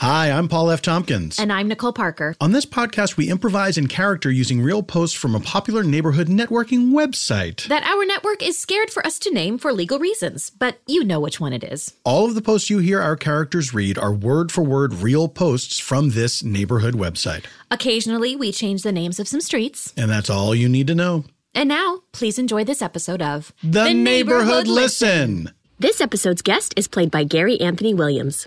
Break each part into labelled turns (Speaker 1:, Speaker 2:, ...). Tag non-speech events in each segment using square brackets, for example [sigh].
Speaker 1: Hi, I'm Paul F. Tompkins.
Speaker 2: And I'm Nicole Parker.
Speaker 1: On this podcast, we improvise in character using real posts from a popular neighborhood networking website.
Speaker 2: That our network is scared for us to name for legal reasons, but you know which one it is.
Speaker 1: All of the posts you hear our characters read are word for word real posts from this neighborhood website.
Speaker 2: Occasionally, we change the names of some streets.
Speaker 1: And that's all you need to know.
Speaker 2: And now, please enjoy this episode of
Speaker 1: The, neighborhood, Listen.
Speaker 3: This episode's guest is played by Gary Anthony Williams.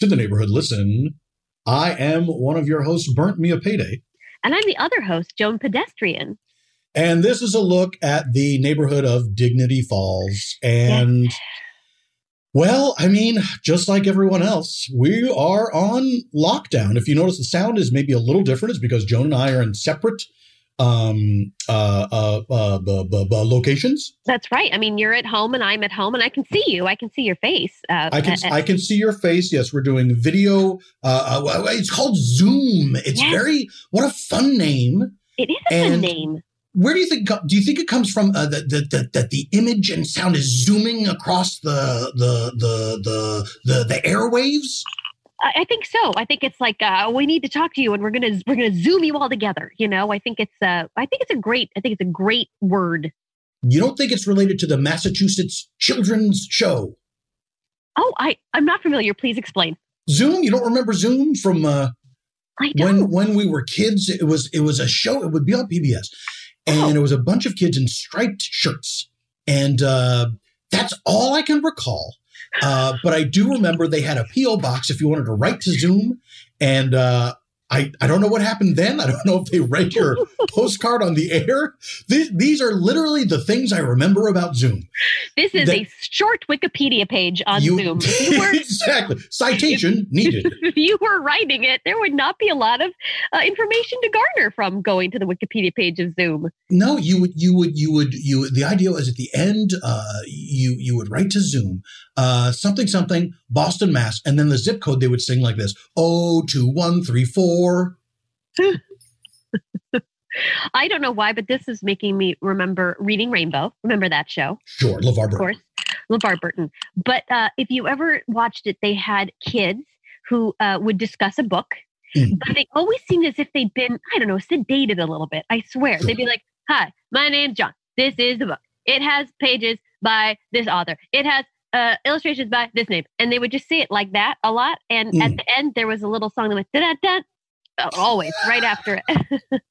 Speaker 1: to the Neighborhood Listen. I am one of your hosts, Burnt Mia Payday,
Speaker 3: And I'm the other host, Joan Pedestrian.
Speaker 1: and this is a look at the neighborhood of Dignity Falls. And well, I mean, just like everyone else, we are on lockdown. If you notice, the sound is maybe a little different. It's because Joan and I are in separate um uh uh, uh b- b- b- locations
Speaker 3: That's right. I mean, you're at home and I'm at home and I can see you. I can see your face. Uh,
Speaker 1: I can
Speaker 3: uh,
Speaker 1: I can see your face. Yes, we're doing video. Uh, uh, it's called Zoom. It's
Speaker 3: Yes.
Speaker 1: very what a fun name.
Speaker 3: it is a good
Speaker 1: and-
Speaker 3: name.
Speaker 1: Where do you think do you think it comes from? Uh, that that that that the image and sound is zooming across the the the the the, the airwaves.
Speaker 3: I, I think so. I think it's like uh, we need to talk to you and we're gonna we're gonna zoom you all together. You know, I think it's uh, I think it's a great I think it's a great word.
Speaker 1: You don't think it's related to the Massachusetts Children's Show
Speaker 3: Oh, I I'm not familiar. Please explain.
Speaker 1: Zoom? You don't remember Zoom from uh,
Speaker 3: I
Speaker 1: when
Speaker 3: don't.
Speaker 1: when we were kids? It was it was a show. It would be on PBS,
Speaker 3: Oh.
Speaker 1: and it was a bunch of kids in striped shirts, and uh, that's all I can recall. Uh, but I do remember they had a PO box if you wanted to write to Zoom, and uh, I I don't know what happened then. I don't know if they read
Speaker 3: [laughs]
Speaker 1: your postcard on the air. These these are literally the things I remember about Zoom.
Speaker 3: this is
Speaker 1: that-
Speaker 3: a short Wikipedia page on
Speaker 1: You- [laughs]
Speaker 3: Zoom. If you were-
Speaker 1: exactly citation needed.
Speaker 3: [laughs] if you were writing it, there would not be a lot of uh, information to garner from going to the Wikipedia page of Zoom.
Speaker 1: No, you would, you would, you would, you. would- The idea was at the end, uh, you you would write to Zoom, uh, something something, Boston, Mass, and then the zip code they would sing like this: oh two one three four.
Speaker 3: I don't know why, but this is making me remember Reading Rainbow. Remember that show,
Speaker 1: Sure, LeVar
Speaker 3: of
Speaker 1: Burton.
Speaker 3: course, LeVar Burton. But uh, if you ever watched it, they had kids who uh, would discuss a book,
Speaker 1: Mm.
Speaker 3: but they always seemed as if they'd been, I don't know, sedated a little bit. I swear. They'd be like, Hi, my name's John. This is the book. It has pages by this author. It has uh, illustrations by this name. And they would just say it like that a lot. And at
Speaker 1: Mm.
Speaker 3: the end, there was a little song that went, da da da. Always right after it. [laughs]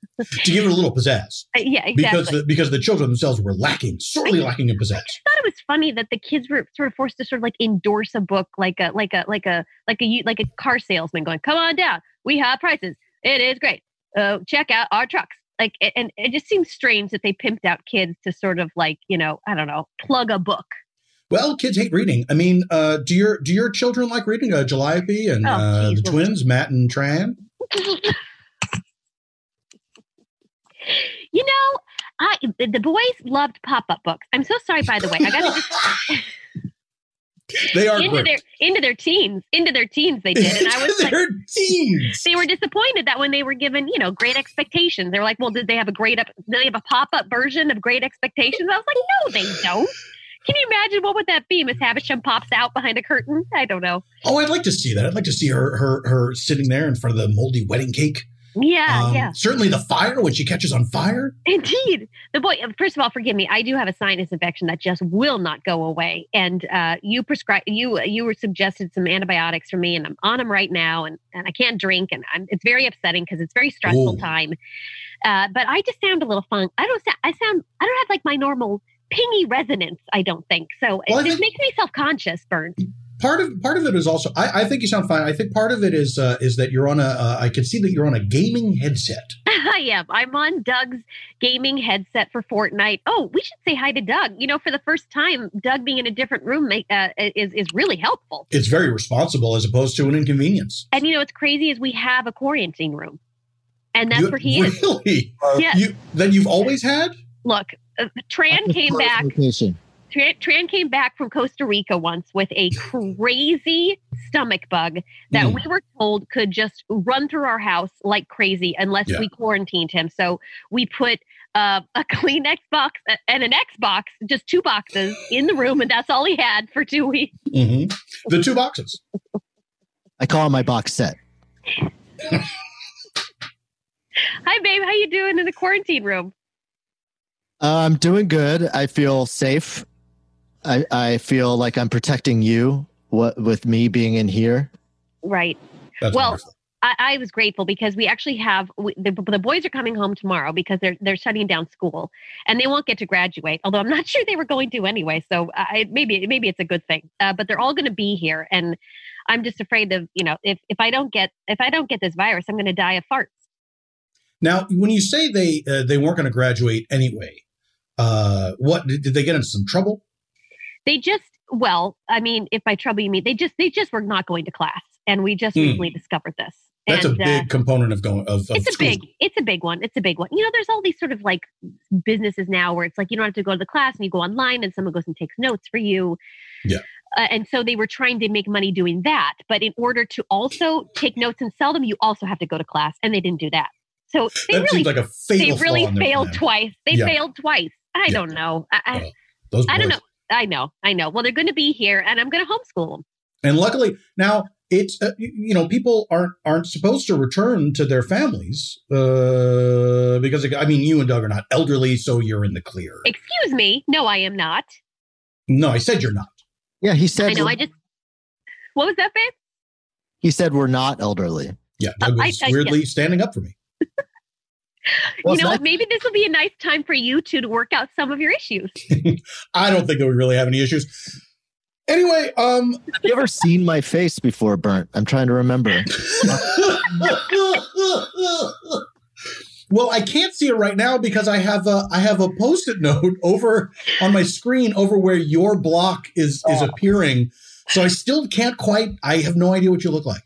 Speaker 1: To give it a little pizzazz,
Speaker 3: yeah, [laughs] exactly.
Speaker 1: because the, because the children themselves were lacking,
Speaker 3: [laughs]
Speaker 1: sorely lacking in pizzazz.
Speaker 3: I thought it was funny that the kids were sort of forced to sort of like endorse a book like a like a like a like a u- like a car salesman going, "Come on down, we have prices. It is great. Uh, check out our trucks." Like, a- and it just seems strange that they pimped out kids to sort of like you know I don't know plug a book.
Speaker 1: Well, kids hate reading. I mean, uh, do your do your children like reading? Uh, Calliope and
Speaker 3: Oh,
Speaker 1: uh,
Speaker 3: geez,
Speaker 1: the
Speaker 3: well-
Speaker 1: twins, Matt and Tran.
Speaker 3: you know, I the the boys loved pop up books. I'm so sorry, by the way. I got to
Speaker 1: they are
Speaker 3: into
Speaker 1: great.
Speaker 3: their into their teens, into their teens they did, and I was
Speaker 1: [laughs]
Speaker 3: like.
Speaker 1: They're teens.
Speaker 3: they were disappointed that when they were given, you know, great expectations, they were like, well, did they have a great up? Did they have a pop up version of great expectations? I was like, no, they don't. Can you imagine what would that be? Miss Havisham pops out behind a curtain. I don't know.
Speaker 1: Oh, I'd like to see that. I'd like to see her her her sitting there in front of the moldy wedding cake. Um,
Speaker 3: Yeah, Ah, yeah,
Speaker 1: Certainly the fire when she catches on fire.
Speaker 3: [laughs] indeed. The boy. uh, First of all, forgive me. I do have a sinus infection that just will not go away, and uh, you prescribe you you were suggested some antibiotics for me, and I'm on them right now, and and I can't drink, and I'm, it's very upsetting because it's very stressful
Speaker 1: Ooh.
Speaker 3: time. Uh, but I just sound a little funk. I don't sound. I sound. I don't have like my normal pingy resonance. I don't think so.
Speaker 1: Well, I
Speaker 3: it just
Speaker 1: think-
Speaker 3: makes me self conscious, Burn.
Speaker 1: part of part of it is also I, I think you sound fine. I think part of it is uh, is that you're on a uh, I can see that you're on a gaming headset.
Speaker 3: [laughs] I am. I'm on Doug's gaming headset for Fortnite. Oh, we should say hi to Doug. You know, for the first time, Doug being in a different room ma- uh, is is really helpful.
Speaker 1: It's very responsible as opposed to an inconvenience.
Speaker 3: And you know, what's crazy is we have a quarantine room, and that's
Speaker 1: You-
Speaker 3: where he is.
Speaker 1: Really?
Speaker 3: Yes.
Speaker 1: You, that you've always had?
Speaker 3: Look, uh, Tran came back.
Speaker 4: Location.
Speaker 3: Tran, Tran came back from Costa Rica once with
Speaker 1: [laughs]
Speaker 3: a crazy stomach bug that
Speaker 1: Mm.
Speaker 3: we were told could just run through our house like crazy unless
Speaker 1: Yeah.
Speaker 3: we quarantined him. So we put uh, a [laughs] Kleenex box a- and an Xbox, just two boxes in the room, and that's all he had for two weeks.
Speaker 1: hmm The two boxes.
Speaker 4: I call it my box set.
Speaker 3: Hi, babe. How you doing in the quarantine room?
Speaker 4: Uh, I'm doing good. I feel safe. I, I feel like I'm protecting you what, with me being in here.
Speaker 3: Right.
Speaker 1: That's
Speaker 3: Well,
Speaker 1: wonderful.
Speaker 3: I, I was grateful because we actually have we, the, the boys are coming home tomorrow because they're they're shutting down school and they won't get to graduate. Although I'm not [laughs] sure they were going to anyway, so I, maybe maybe it's a good thing. Uh, but they're all going to be here, and I'm just afraid of you know if if I don't get if I don't get this virus, I'm going to die of farts.
Speaker 1: Now, when you say they uh, they weren't going to graduate anyway, uh, what did, did they get into some trouble?
Speaker 3: They just well, I mean, if by trouble you mean they just they just were not going to class, and we just
Speaker 1: Hmm.
Speaker 3: recently discovered this.
Speaker 1: That's
Speaker 3: and, uh,
Speaker 1: a big component of going of, of
Speaker 3: it's a
Speaker 1: school.
Speaker 3: big it's a big one it's a big one you know there's all these sort of like businesses now where it's like you don't have to go to the class and you go online and someone goes and takes notes for you
Speaker 1: Yeah.
Speaker 3: uh, and so they were trying to make money doing that but in order to also take notes and sell them you also have to go to class and they didn't do that so they
Speaker 1: that
Speaker 3: really
Speaker 1: seems like a
Speaker 3: they
Speaker 1: fatal.
Speaker 3: really
Speaker 1: flaw in their
Speaker 3: failed
Speaker 1: plan.
Speaker 3: twice they
Speaker 1: Yeah.
Speaker 3: failed twice i
Speaker 1: Yeah. Oh,
Speaker 3: don't know i, I,
Speaker 1: Well, Those
Speaker 3: I don't
Speaker 1: boys.
Speaker 3: know i know i know well they're going to be here and i'm going to homeschool them
Speaker 1: And luckily, now it's uh, you you know people aren't aren't supposed to return to their families uh, because I mean you and Doug are not elderly, so you're in the clear.
Speaker 3: excuse me no i am not
Speaker 1: No, I said you're not.
Speaker 4: Yeah, he
Speaker 3: i
Speaker 4: said
Speaker 3: know i just what was that babe
Speaker 4: he said we're not elderly.
Speaker 1: Yeah, Doug
Speaker 3: I-
Speaker 1: was
Speaker 3: I-
Speaker 1: weirdly standing up for me.
Speaker 4: Well,
Speaker 3: you know
Speaker 4: it's
Speaker 3: what? Maybe this will be a nice time for you two to work out some of your issues.
Speaker 1: I don't think that we really have any issues. Anyway, um,
Speaker 4: I've never seen my face before, Burnt. I'm trying to remember.
Speaker 1: well, I can't see it right now because I have a I have a post-it note [laughs] over on my screen over where your block is is appearing. So I still can't quite. I have no idea what you look like.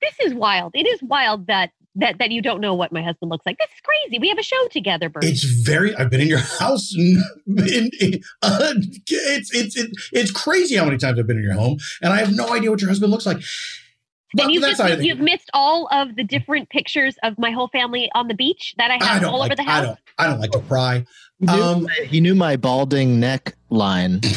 Speaker 3: This is wild. It is wild that that that you don't know what my husband looks like. This is crazy. We have a show together, Bert.
Speaker 1: It's very. I've been in your [laughs] house. And, and- and, uh, it's it's it, it's crazy how many times I've been in your home, and I have no idea what your husband looks like. But
Speaker 3: and you've,
Speaker 1: that's
Speaker 3: just,
Speaker 1: not anything.
Speaker 3: you've missed all of the different pictures of my whole family on the beach that I
Speaker 1: I
Speaker 3: have
Speaker 1: don't
Speaker 3: all
Speaker 1: like.
Speaker 3: over the
Speaker 1: I
Speaker 3: house. Oh.
Speaker 1: don't. I don't like to pry.
Speaker 4: He knew,
Speaker 1: Um,
Speaker 4: my, he knew my balding neck line.
Speaker 3: [laughs]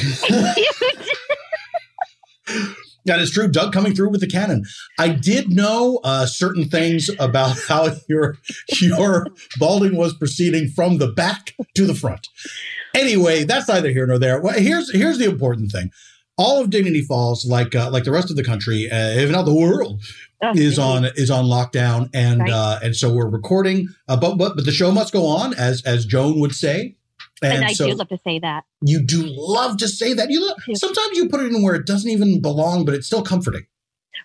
Speaker 1: That is true. Doug coming through with the cannon. I did know uh, certain things about [laughs] how your your balding was proceeding from the back to the front. Anyway, that's neither here nor there. Well, here's here's the important thing. All of Dignity Falls, like uh, like the rest of the country, uh, if not the world,
Speaker 3: Oh, [laughs]
Speaker 1: is
Speaker 3: really?
Speaker 1: on is on lockdown, and
Speaker 3: Right.
Speaker 1: uh, and so we're recording. Uh, but but but the show must go on, as as Joan would say.
Speaker 3: And, I
Speaker 1: so,
Speaker 3: do love to say that.
Speaker 1: you do love to say that. You love,
Speaker 3: Yeah.
Speaker 1: sometimes you put it in where it doesn't even belong, but it's still comforting.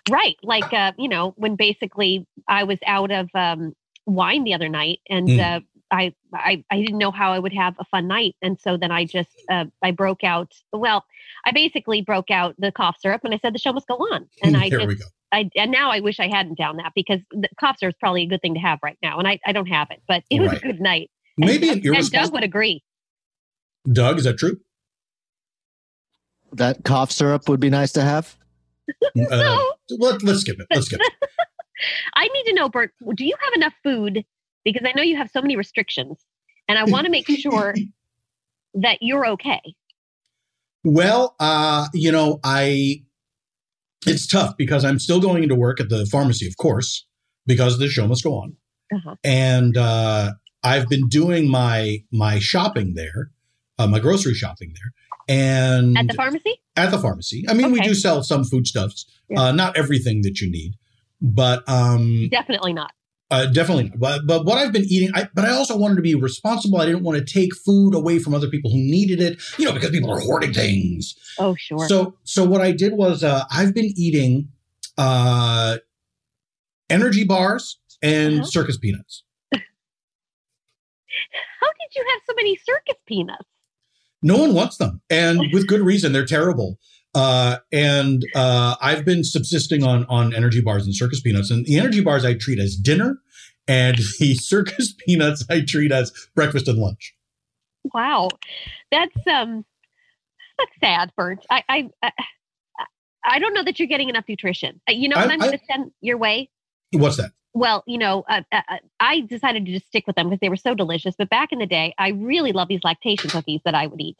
Speaker 3: Right. Like uh, you know, when basically I was out of um wine the other night and
Speaker 1: Mm.
Speaker 3: uh I, I I didn't know how I would have a fun night, and so then I just uh, I broke out. Well, I basically broke out the cough syrup, and I said the show must go on. And I
Speaker 1: Hmm, Here
Speaker 3: just
Speaker 1: we go.
Speaker 3: I and now I wish I hadn't down that because the cough syrup is probably a good thing to have right now, and I, I don't have it. But it was
Speaker 1: Right.
Speaker 3: a good night. And-
Speaker 1: Maybe an
Speaker 3: and, and Doug
Speaker 1: irresponsible.
Speaker 3: would agree.
Speaker 1: Doug, is that
Speaker 3: [laughs]
Speaker 1: true?
Speaker 4: That cough syrup would be nice to have.
Speaker 1: Uh,
Speaker 3: so
Speaker 1: let, let's skip it. Let's skip
Speaker 3: [laughs]
Speaker 1: it.
Speaker 3: I need to know, Bert, do you have enough food? Because I know you have so many restrictions, and I want to make
Speaker 1: [laughs]
Speaker 3: sure that you're okay.
Speaker 1: Well, uh, you know, I it's tough because I'm still going into work at the pharmacy, of course, because the show must go on.
Speaker 3: Uh-huh.
Speaker 1: And uh, I've been doing my my shopping there, uh, my grocery shopping there, and
Speaker 3: At the pharmacy,
Speaker 1: at the pharmacy. I mean, we
Speaker 3: Okay.
Speaker 1: do sell some foodstuffs,
Speaker 3: Yeah.
Speaker 1: uh, not everything that you need, but um,
Speaker 3: definitely not.
Speaker 1: Uh, definitely not. But, but what I've been eating, I, but I also wanted to be responsible. I didn't want to take food away from other people who needed it, you know, because people are hoarding things.
Speaker 3: Oh, sure.
Speaker 1: So, so what I did was uh, I've been eating uh, energy bars and
Speaker 3: Uh-huh.
Speaker 1: circus peanuts.
Speaker 3: How did you have so many circus peanuts?
Speaker 1: No one wants them,
Speaker 3: [laughs]
Speaker 1: and with good reason. They're terrible. Uh, and uh, I've been subsisting on on energy bars and circus peanuts. And the energy bars I treat as dinner, and [laughs] the circus peanuts I treat as breakfast and lunch.
Speaker 3: Wow, that's um, that's sad, Bert. I I I, I don't know that you're getting enough nutrition. Uh, You know what
Speaker 1: I-
Speaker 3: I, am
Speaker 1: I-
Speaker 3: going to send your way.
Speaker 1: What's that?
Speaker 3: Well, you know, uh, uh, uh, I decided to just stick with them because they were so delicious. But back in the day, I really love these lactation cookies that I would eat.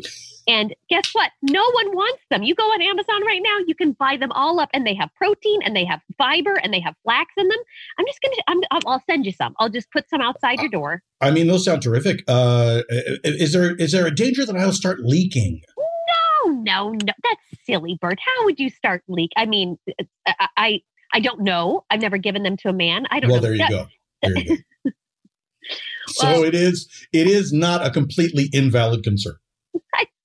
Speaker 3: And guess what? No one wants them. You go on Amazon right now, you can buy them all up, and they have protein, and they have fiber, and they have flax in them. I'm just gonna, I'm, I'll- I'll send you some. I'll just put some outside your door.
Speaker 1: I mean, those sound terrific. Uh, i- i- is there is there a danger that I'll start leaking?
Speaker 3: Oh no, no, that's silly, Bert. How would you start leak? I mean, I, I, I don't know. I've never given them to a man. I don't
Speaker 1: Well,
Speaker 3: know.
Speaker 1: there you
Speaker 3: That-
Speaker 1: go. There you go.
Speaker 3: [laughs]
Speaker 1: So
Speaker 3: Well-
Speaker 1: it is. It is not a completely invalid concern.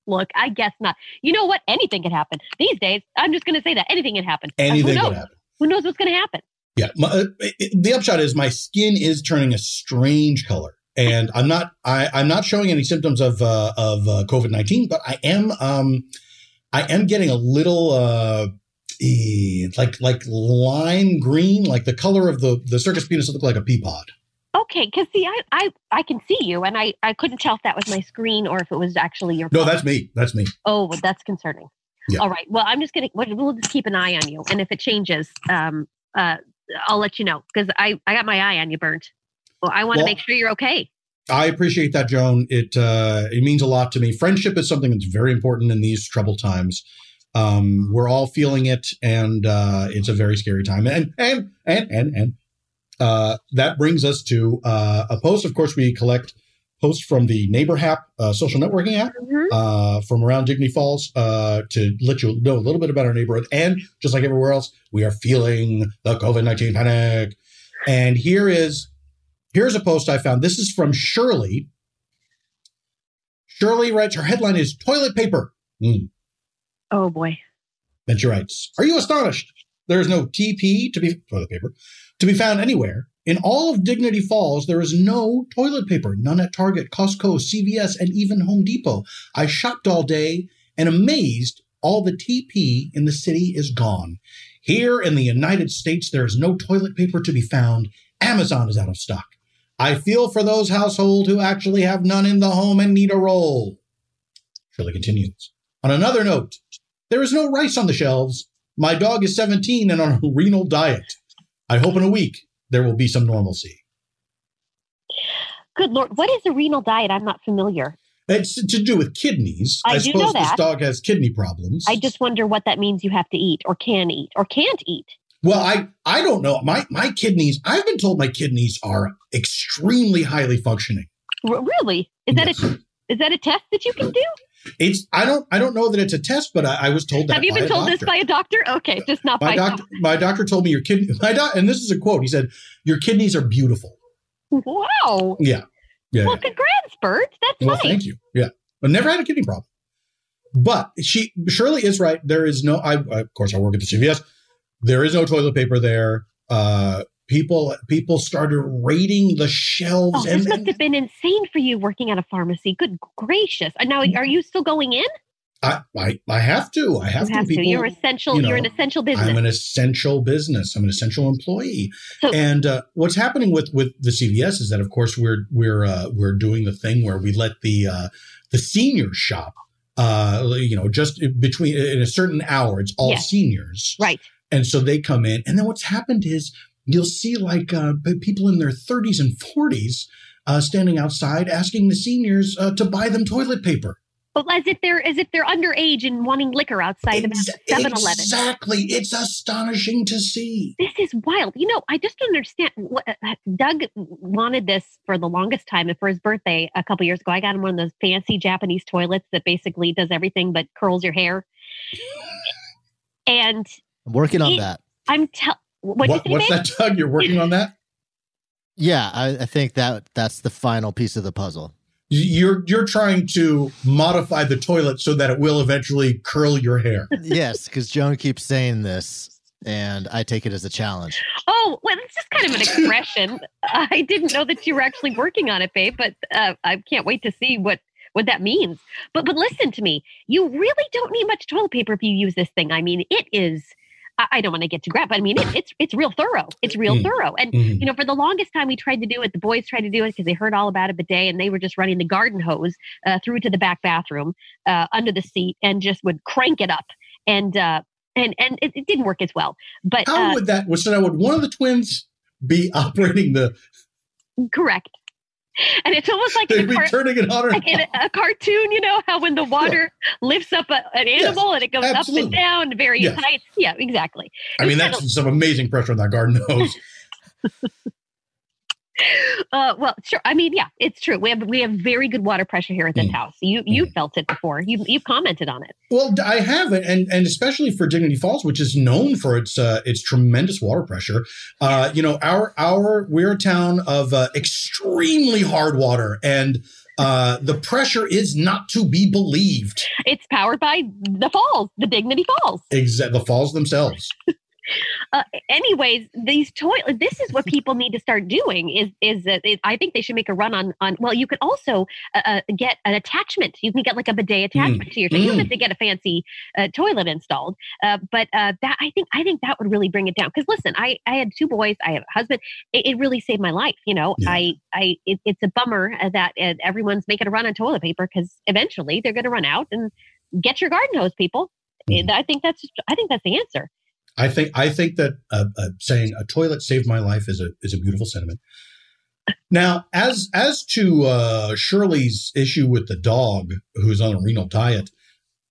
Speaker 3: Look, I guess not. You know what? Anything can happen these days. I'm just going to say that anything can happen. Uh,
Speaker 1: Anything
Speaker 3: Who
Speaker 1: could
Speaker 3: knows?
Speaker 1: happen.
Speaker 3: Who knows what's going to happen?
Speaker 1: Yeah. My, uh, it- the upshot is my skin is turning a strange color, and I'm not. I, I'm not showing any symptoms of uh, of uh, COVID nineteen, but I am. Um, I am getting a little uh, eh, like like lime green, like the color of the the circus penis look like a pea pod.
Speaker 3: Okay, because see, I, I, I can see you, and I, I couldn't tell if that was my screen or if it was actually your.
Speaker 1: No,
Speaker 3: phone.
Speaker 1: that's me. That's me.
Speaker 3: Oh, well, that's concerning.
Speaker 1: Yeah.
Speaker 3: All right. Well, I'm just gonna we'll we'll just keep an eye on you, and if it changes, um, uh, I'll let you know because I, I got my eye on you, Bert. Well, I want to
Speaker 1: Well-
Speaker 3: make sure you're okay.
Speaker 1: I appreciate that, Joan. It uh, it means a lot to me. Friendship is something that's very important in these troubled times. Um, we're all feeling it, and uh, it's a very scary time. And and and and and uh, that brings us to uh, a post. Of course, we collect posts from the Neighbor app, uh, social networking app,
Speaker 3: Mhm.
Speaker 1: uh, from around Dignity Falls uh, to let you know a little bit about our neighborhood. And just like everywhere else, we are feeling the COVID nineteen panic. And here is here's a post I found. This is from Shirley. Shirley writes her headline is toilet paper. Mm.
Speaker 3: Oh boy.
Speaker 1: And she writes, "Are you astonished? There is no TP to be toilet paper to be found anywhere." In all of Dignity Falls, there is no toilet paper, none at Target, Costco, CVS, and even Home Depot. I shopped all day and amazed all the TP in the city is gone. Here in the United States, there is no toilet paper to be found. Amazon is out of stock. I feel for those households who actually have none in the home and need a roll. Shirley continues. On another note, there is no rice on the shelves. My dog is 17 and on a renal diet. I hope in a week there will be some normalcy.
Speaker 3: Good lord, what is a renal diet? I'm not familiar.
Speaker 1: It's to do with kidneys.
Speaker 3: I do know
Speaker 1: this
Speaker 3: that.
Speaker 1: dog has kidney problems.
Speaker 3: I just wonder what that means you have to eat or can eat or can't eat.
Speaker 1: well, I I don't know. My my kidneys. I've been told my kidneys are extremely highly functioning.
Speaker 3: R- really? Is that a is that a test that you can do?
Speaker 1: It's I don't I don't know that it's a test, but I, I was told that.
Speaker 3: have you
Speaker 1: by
Speaker 3: been
Speaker 1: a
Speaker 3: told
Speaker 1: doctor.
Speaker 3: this by a doctor? Okay, just not
Speaker 1: my
Speaker 3: by
Speaker 1: doctor? My doctor told me your kidney. My doc, and this is a quote. He said, "Your kidneys are beautiful."
Speaker 3: Wow.
Speaker 1: Yeah, yeah.
Speaker 3: Well, congrats, Bert. That's
Speaker 1: Well,
Speaker 3: nice.
Speaker 1: thank you. Yeah. I never had a kidney problem. But she Shirley is right. There is no I I- of course I work at the CVS. There is no toilet paper there. Uh people people started raiding the
Speaker 3: Oh, [laughs]
Speaker 1: shelves
Speaker 3: this
Speaker 1: and,
Speaker 3: must have
Speaker 1: and
Speaker 3: been insane for you working at a pharmacy. Good gracious. And now are you still going in?
Speaker 1: I, I I have to. I have,
Speaker 3: You have
Speaker 1: to. People
Speaker 3: to. You're essential.
Speaker 1: you
Speaker 3: You are an
Speaker 1: know,
Speaker 3: essential
Speaker 1: I'm
Speaker 3: business.
Speaker 1: an essential business. I'm an essential employee.
Speaker 3: So-
Speaker 1: and uh, what's happening with with the CVS is that, of course, we're we're uh, we're doing the thing where we let the uh, the seniors shop. Uh, you know, just between in a certain hour, it's all
Speaker 3: Yes.
Speaker 1: seniors,
Speaker 3: right.
Speaker 1: And so they come in, and then what's happened is you'll see like uh, p- people in their 30s and 40s uh, standing outside asking the seniors uh, to buy them toilet paper.
Speaker 3: But as if they're as if they're underage and wanting liquor outside of
Speaker 1: Ex-
Speaker 3: 7-Eleven.
Speaker 1: exactly, it's astonishing to see.
Speaker 3: This is wild. You know, I just don't understand. What, uh, Doug wanted this for the longest time, and for his birthday a couple years ago, I got him one of those fancy Japanese toilets that basically does everything but curls your hair. And
Speaker 4: I'm working on
Speaker 3: Eat-
Speaker 4: that.
Speaker 3: I'm tell what
Speaker 1: What-
Speaker 3: you say,
Speaker 1: what's
Speaker 3: babe?
Speaker 1: [laughs] that, Doug? You're working on that?
Speaker 4: yeah, I, I think that that's the final piece of the puzzle.
Speaker 1: You're you're trying to modify the toilet so that it will eventually curl your hair.
Speaker 4: yes, because Joan keeps saying this, and I take it as a challenge.
Speaker 3: Oh, well, it's just kind of
Speaker 1: [laughs]
Speaker 3: an expression. I didn't know that you were actually working on it, babe, but uh, I can't wait to see what what that means. But but listen to me. You really don't need much toilet paper if you use this thing. I mean, it is. I I don't want to get too grab, but I mean, it, it's it's real thorough. It's real
Speaker 1: Mm.
Speaker 3: thorough, and
Speaker 1: Mhm.
Speaker 3: you know, for the longest time we tried to do it. The boys tried to do it because they heard all about it, but they and they were just running the garden hose uh, through to the back bathroom uh, under the seat and just would crank it up, and uh, and and it, it didn't work as well. But
Speaker 1: How
Speaker 3: uh,
Speaker 1: would that? So now would one of the twins be [laughs] operating the?
Speaker 3: correct, and it's almost like
Speaker 1: They'd
Speaker 3: the
Speaker 1: be
Speaker 3: car-
Speaker 1: turning it on or
Speaker 3: like in a, a cartoon, you know how when the water lifts up a, an animal and it goes up
Speaker 1: absolutely.
Speaker 3: and down various
Speaker 1: Yes.
Speaker 3: heights. Yeah, exactly.
Speaker 1: I mean, that's some amazing pressure on that garden hose.
Speaker 3: Uh, well, sure. I mean, yeah, it's true. We have we have very good water pressure here at this
Speaker 1: Mm.
Speaker 3: house. You you felt it before. You you commented on it.
Speaker 1: [laughs] Well, I have it, and and especially for Dignity Falls, which is known for its uh, its tremendous water pressure. Uh, you know, our our we're a town of uh, extremely hard water, and uh, the pressure is not to be believed.
Speaker 3: It's powered by the falls, the Dignity Falls.
Speaker 1: Exact the falls themselves.
Speaker 3: anyways these toilet this is what people need to start doing is is that it, i think they should make a run on on well you could also uh, uh, get an attachment you can get like a bidet attachment to your thing you don't
Speaker 1: Mm.
Speaker 3: have to get a fancy uh, toilet installed uh, but uh, that i think i think that would really bring it down because listen i i had two boys i have a husband it, it really saved my life you know
Speaker 1: Yeah.
Speaker 3: i i it, it's a bummer uh, that uh, everyone's making a run on toilet paper because eventually they're going to run out and get your garden hose people
Speaker 1: Mm.
Speaker 3: i think that's i think that's the answer
Speaker 1: I think I think that uh, uh, saying a toilet saved my life is a is a beautiful sentiment. Now, as as to uh, Shirley's issue with the dog who's on a renal diet,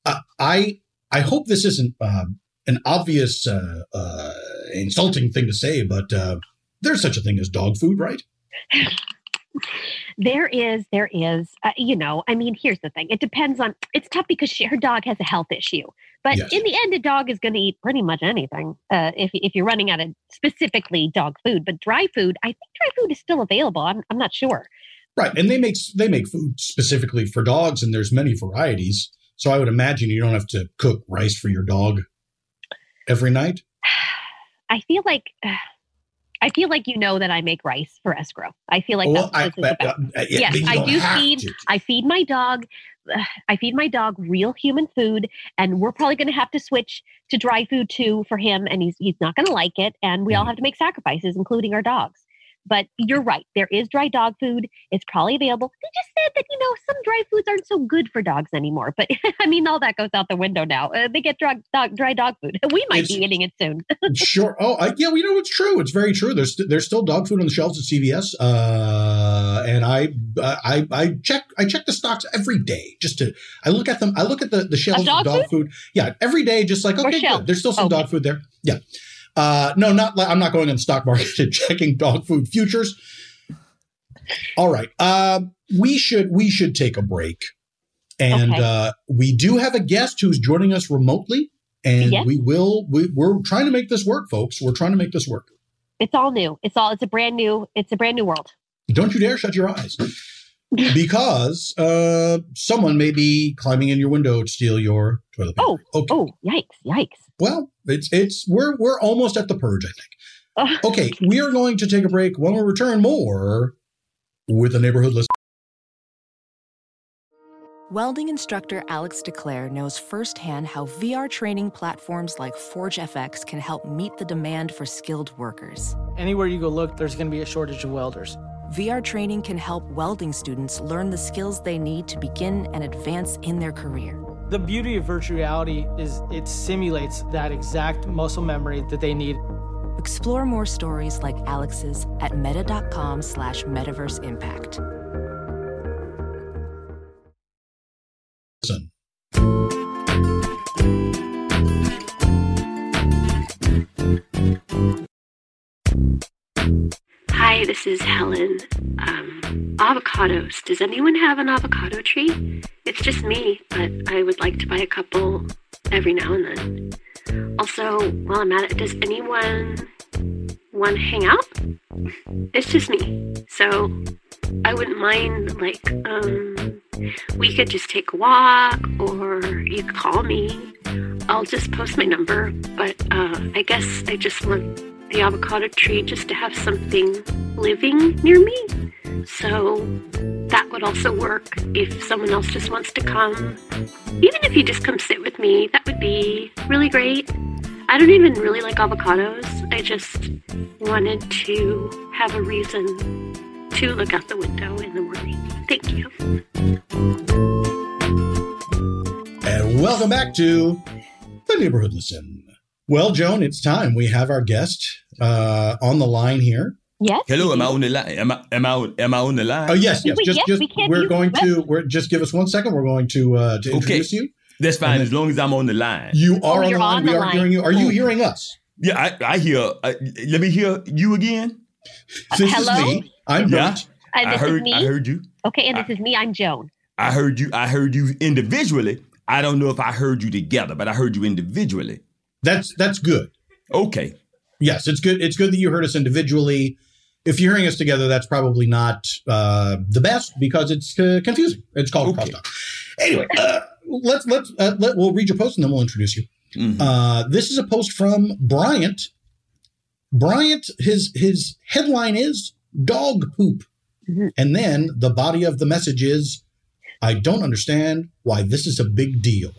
Speaker 1: uh, I I hope this isn't um, an obvious uh, uh, insulting thing to say, but uh, there's such a thing as dog food, right?
Speaker 3: There is, there is. Uh, you know, I mean, here's the thing. It depends on. It's tough because she, her dog has a health issue, but
Speaker 1: Yes.
Speaker 3: in the end, a dog is going to eat pretty much anything. Uh, if if you're running out of specifically dog food, but dry food, I think dry food is still available. I'm I'm not sure.
Speaker 1: Right, and they make they make food specifically for dogs, and there's many varieties. So I would imagine you don't have to cook rice for your dog every night.
Speaker 3: I feel like. [sighs] I feel like you know that I make rice for escrow. I feel like
Speaker 1: well, I,
Speaker 3: that's what this is
Speaker 1: I-
Speaker 3: about.
Speaker 1: I- I-
Speaker 3: Yes,
Speaker 1: you
Speaker 3: I
Speaker 1: don't
Speaker 3: do
Speaker 1: have
Speaker 3: feed-
Speaker 1: to.
Speaker 3: I feed my dog. [sighs] I feed my dog real human food, and we're probably going to have to switch to dry food too for him, and he's he's not going to like it. And we all
Speaker 1: Mm.
Speaker 3: have to make sacrifices, including our dogs. But you're right, there is dry dog food. It's probably available. They just said that you know some dry foods aren't so good for dogs anymore. But [laughs] I mean, all that goes out the window now. Uh, they get dry dog, dry dog food. [laughs] We might be
Speaker 1: It's-
Speaker 3: eating it soon. [laughs]
Speaker 1: sure. Oh, I, yeah. Well, you know it's true. It's very true. There's there's still dog food on the shelves at CVS, uh, and I I I check I check the stocks every day just to I look at them. I look at the the shelves
Speaker 3: dog
Speaker 1: of dog food? Yeah, every day, just like
Speaker 3: Or
Speaker 1: okay,
Speaker 3: shelves. Oh.
Speaker 1: good. There's still some
Speaker 3: Okay.
Speaker 1: dog food there. Yeah. Uh, no, not li- I'm not going on the stock market [laughs] and checking dog food futures. All right. Uh, we should we should take a break. And
Speaker 3: Okay.
Speaker 1: uh, we do have a guest who's joining us remotely. And
Speaker 3: Yes.
Speaker 1: we will we, we're trying to make this work, folks. We're trying to make this work.
Speaker 3: It's all new. It's all. It's a brand new. It's a brand new world.
Speaker 1: Don't you dare shut your
Speaker 3: [laughs]
Speaker 1: eyes. Because uh, someone may be climbing in your window to steal your toilet paper. okay.
Speaker 3: Oh, yikes! Yikes! [laughs]
Speaker 1: Well, it's it's we're we're almost at the purge, I think.
Speaker 3: Oh.
Speaker 1: Okay, we are going to take a break. When we return, more with the neighborhood list.
Speaker 5: Welding instructor Alex DeClaire knows firsthand how VR training platforms like ForgeFX can help meet the demand for skilled workers.
Speaker 6: Anywhere you go look, there's going to be a shortage of welders.
Speaker 5: VR training can help welding students learn the skills they need to begin and advance in their career.
Speaker 6: The beauty of virtual reality is it simulates that exact muscle memory that they need.
Speaker 5: Explore more stories like Alex's at meta.com slash metaverse impact.
Speaker 7: Hi, this is Helen. Um, avocados. Does anyone have an avocado tree? It's just me, but I would like to buy a couple every now and then. Also, while I'm at it, does anyone want to hang out. It's just me. So I wouldn't mind, like, um, we could just take a walk or you could call me. I'll just post my number. But uh, I guess I just want the avocado tree just to have something living near me. So that would also work if someone else just wants to come. Even if you just come sit with me, that would be really great. I don't even really like avocados. I just wanted to have a reason to look out the window in the morning. Thank you.
Speaker 1: And welcome back to the Neighborhood Listen. Well, Joan, it's time. We have our guest uh, on the line here.
Speaker 3: Yes.
Speaker 8: Hello,
Speaker 3: we
Speaker 8: am I
Speaker 3: do.
Speaker 8: on the line? Am I, am I, on- am I on the line?
Speaker 1: Mm-hmm. Oh yes, yes.
Speaker 3: Wait,
Speaker 1: Just,
Speaker 3: yes,
Speaker 1: just
Speaker 3: we can't
Speaker 1: we're
Speaker 3: use
Speaker 1: going
Speaker 3: the
Speaker 1: to. We're just give us one second. We're going to uh, to
Speaker 8: Okay.
Speaker 1: introduce you.
Speaker 8: That's fine as long as I'm on the line.
Speaker 1: Mm-hmm. You are
Speaker 3: Oh,
Speaker 1: on the
Speaker 3: you're
Speaker 1: line.
Speaker 3: on
Speaker 1: we
Speaker 3: the
Speaker 1: are
Speaker 3: line. Oh.
Speaker 1: hearing you. Are you hearing us?
Speaker 8: Yeah, I, I hear. I, let me hear you again.
Speaker 1: This
Speaker 3: Uh, hello?
Speaker 1: is me. I'm
Speaker 8: Yeah.
Speaker 1: Bert.
Speaker 3: And
Speaker 8: I
Speaker 3: this
Speaker 8: heard.
Speaker 3: is me.
Speaker 8: I heard you.
Speaker 3: okay, and this is me. I'm Joan.
Speaker 8: I heard you. I heard you individually. I don't know if I heard you together, but I heard you individually.
Speaker 1: That's that's good.
Speaker 8: Okay.
Speaker 1: Yes, it's good. It's good that you heard us individually. If you're hearing us together, that's probably not uh, the best because it's uh, confusing. It's called
Speaker 8: Okay.
Speaker 1: crosstalk. Anyway, uh, let's let's uh, let, we'll read your post and then we'll introduce you.
Speaker 8: Mhm.
Speaker 1: Uh, this is a post from Bryant. Bryant, his his headline is dog poop,
Speaker 3: Mhm.
Speaker 1: and then the body of the message is, I don't understand why this is a big deal.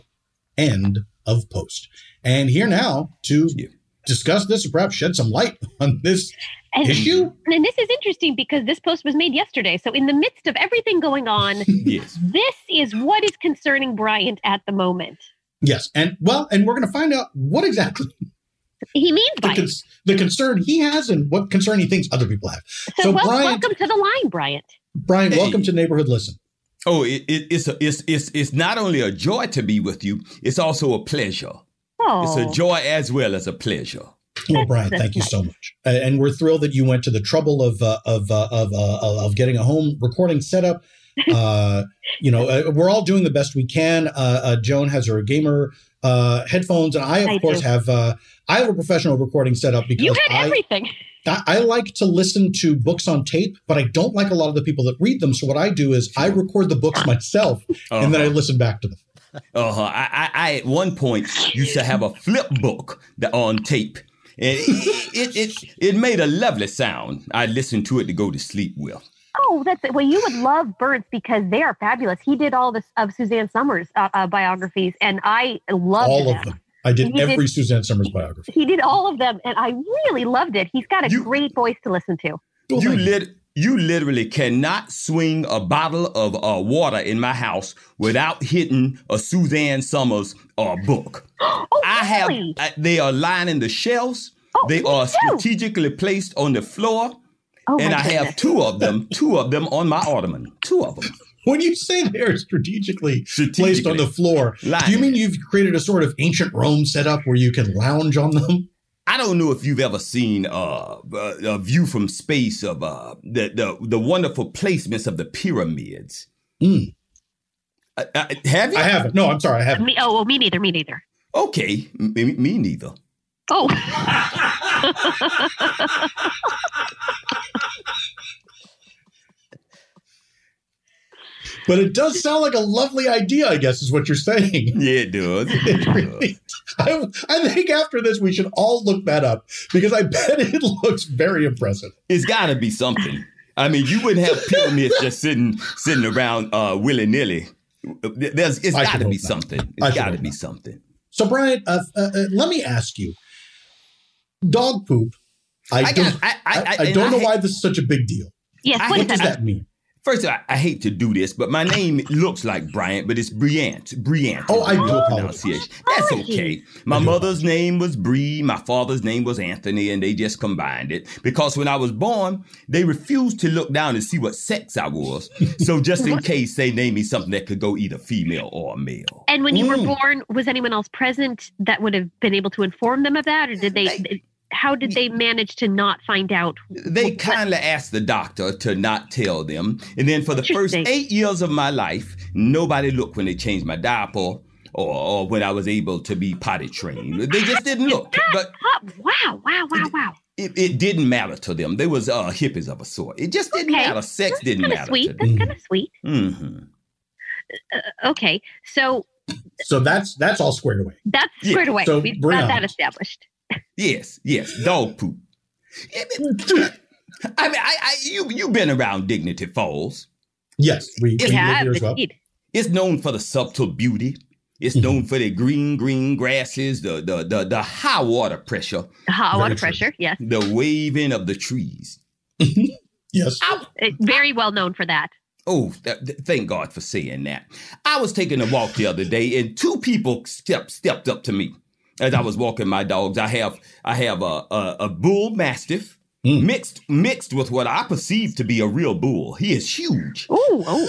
Speaker 1: End of post. And here now to
Speaker 8: Yeah.
Speaker 1: discuss this, or perhaps shed some light [laughs] on this
Speaker 3: And,
Speaker 1: issue.
Speaker 3: and this is interesting because this post was made yesterday. So in the midst of everything going
Speaker 8: [laughs]
Speaker 3: on,
Speaker 1: Mm-hmm.
Speaker 8: yes.
Speaker 3: this is what is concerning Bryant at the moment.
Speaker 1: Yes, and well, and we're going to find out what exactly
Speaker 3: He means
Speaker 1: the,
Speaker 3: by it.
Speaker 1: cons- the concern he has and what concern he thinks other people
Speaker 3: [laughs]
Speaker 1: have.
Speaker 3: So,
Speaker 1: so
Speaker 3: wel-
Speaker 1: Bryant-
Speaker 3: welcome to the line, Bryant.
Speaker 1: Brian,
Speaker 8: Hey.
Speaker 1: welcome to Neighborhood
Speaker 3: [laughs]
Speaker 1: Listen.
Speaker 8: Oh, it, it, it's a, it's it's it's not only a joy to be with you. It's also a pleasure.
Speaker 3: Oh,
Speaker 8: It's a joy as well as a pleasure.
Speaker 1: Well, Brian,
Speaker 3: That's
Speaker 1: thank you so much, Uh, and we're thrilled that you went to the trouble of uh, of, uh, of uh, of getting a home recording
Speaker 3: [laughs]
Speaker 1: setup. Uh, you know, uh, we're all doing the best we can. Uh, uh, Joan has her gamer uh, headphones, and I, of
Speaker 3: I
Speaker 1: course,
Speaker 3: do.
Speaker 1: have uh, I have a professional recording setup because
Speaker 3: you had
Speaker 1: I,
Speaker 3: everything.
Speaker 1: I, I like to listen to books on tape, but I don't like a lot of the people that read them. So what I do is I record the books myself, and then
Speaker 8: Uh-huh.
Speaker 1: I listen back to them.
Speaker 8: Uh huh. I, I, I at one point used to have a flip book that on tape, and it it, it it made a lovely sound. I listened to it to go to sleep with.
Speaker 3: Oh, that's well. You would love birds because they are fabulous. He did all this of Suzanne Summers' uh, uh, biographies, and I loved
Speaker 1: All
Speaker 3: them.
Speaker 1: of them. I did
Speaker 3: You did-
Speaker 1: every Suzanne Summers biography.
Speaker 3: He did all of them, and I really loved it. He's got a
Speaker 8: You-
Speaker 3: great voice to listen to. [gasps]
Speaker 1: Well,
Speaker 8: you
Speaker 1: thank you.
Speaker 8: lit. You literally cannot swing a bottle of uh, water in my house without hitting a Suzanne Summers uh, book.
Speaker 3: Oh,
Speaker 8: I have.
Speaker 3: really?
Speaker 8: I- they are lining the shelves.
Speaker 3: Oh,
Speaker 8: they
Speaker 3: me
Speaker 8: are
Speaker 3: too.
Speaker 8: strategically placed on the floor,
Speaker 3: Oh,
Speaker 8: and
Speaker 3: my
Speaker 8: I have
Speaker 3: goodness.
Speaker 8: two of them. Two of them on my ottoman. Two of them.
Speaker 1: When you say [laughs] they're strategically, placed on
Speaker 8: Strategically.
Speaker 1: the floor,
Speaker 8: Lying.
Speaker 1: do you mean you've created a sort of ancient Rome setup where you can lounge on them?
Speaker 8: I don't know if you've ever seen uh, uh, a view from space of uh, the, the the wonderful placements of the pyramids.
Speaker 1: Mm.
Speaker 8: I, I, have you?
Speaker 1: I haven't. No, I'm sorry, I haven't.
Speaker 3: Me, oh, well, me neither. Me neither.
Speaker 8: Okay, m- me, me neither.
Speaker 3: Oh, [laughs]
Speaker 1: But it does sound like a lovely idea, I guess, is what you're saying. [laughs]
Speaker 8: Yeah, it does. It does.
Speaker 1: I, I think after this, we should all look that up because I bet it [laughs] looks very impressive.
Speaker 8: it's got to be something. I mean, you wouldn't have pyramids just sitting sitting around uh, willy nilly. There's it's
Speaker 1: I
Speaker 8: got
Speaker 1: should
Speaker 8: to be
Speaker 1: hope not.
Speaker 8: something.
Speaker 1: I
Speaker 8: It's
Speaker 1: should
Speaker 8: got to
Speaker 1: hope
Speaker 8: be
Speaker 1: not.
Speaker 8: something.
Speaker 1: So, Brian, uh, uh, uh, let me ask you dog poop. I,
Speaker 8: I
Speaker 1: don't,
Speaker 8: got. I, I,
Speaker 1: I,
Speaker 8: I,
Speaker 1: I
Speaker 8: and
Speaker 1: don't know
Speaker 8: ha-
Speaker 1: why this is such a big deal.
Speaker 3: yes.
Speaker 8: I
Speaker 3: What
Speaker 1: What
Speaker 3: is
Speaker 8: hate
Speaker 1: does
Speaker 3: that?
Speaker 1: that mean?
Speaker 8: First, of all, I hate to do this, but my name looks like Bryant, but it's Briant. Briant.
Speaker 1: Oh, I do
Speaker 8: The
Speaker 1: apologize.
Speaker 8: pronunciation. That's okay. My
Speaker 1: I do
Speaker 8: mother's name was Bree. My father's name was Anthony, and they just combined it because when I was born, they refused to look down and see what sex I was. so just in case, they named me something that could go either female or male.
Speaker 3: And when you were
Speaker 1: Mm.
Speaker 3: born, was anyone else present that would have been able to inform them of that, or did they? How did they manage to not find out?
Speaker 8: They kindly asked the doctor to not tell them, and then for the first
Speaker 3: Interesting.
Speaker 8: eight years of my life, nobody looked when they changed my diaper. or, or when I was able to be potty trained. They just didn't look. But
Speaker 3: Huh, wow, wow, wow, wow.
Speaker 8: it, it didn't matter to them. They was uh, hippies of a sort. It just didn't
Speaker 3: Okay.
Speaker 8: matter. Sex
Speaker 3: That's
Speaker 8: didn't
Speaker 3: kind of
Speaker 8: matter
Speaker 3: sweet.
Speaker 8: to them.
Speaker 3: That's kind of sweet.
Speaker 8: hmm
Speaker 3: Okay, so
Speaker 1: So that's that's all squared away.
Speaker 3: that's
Speaker 8: Yeah,
Speaker 3: squared away.
Speaker 1: so
Speaker 3: We've
Speaker 1: bring
Speaker 3: got
Speaker 1: on
Speaker 3: that
Speaker 1: it.
Speaker 3: established.
Speaker 8: Yes, yes, dog poop. I mean, I, mean, I, I you you been around Dignity Falls.
Speaker 1: Yes, we, we
Speaker 3: We
Speaker 1: live
Speaker 3: have
Speaker 1: here as well.
Speaker 3: indeed.
Speaker 8: It's known for the subtle beauty. It's
Speaker 1: Mhm.
Speaker 8: known for the green, green grasses, the the the, the high water pressure,
Speaker 3: Hot water
Speaker 1: Very true.
Speaker 3: pressure. Yes,
Speaker 8: the waving of the trees.
Speaker 1: Yes,
Speaker 3: It- very well known for that.
Speaker 8: Oh, th- th- thank God for saying that. I was taking a walk the other day, and two people stepped stepped up to me as I was walking my dogs. I have I have a a, a bull mastiff
Speaker 1: Mm.
Speaker 8: mixed mixed with what I perceive to be a real bull. He is huge,
Speaker 3: Ooh, oh,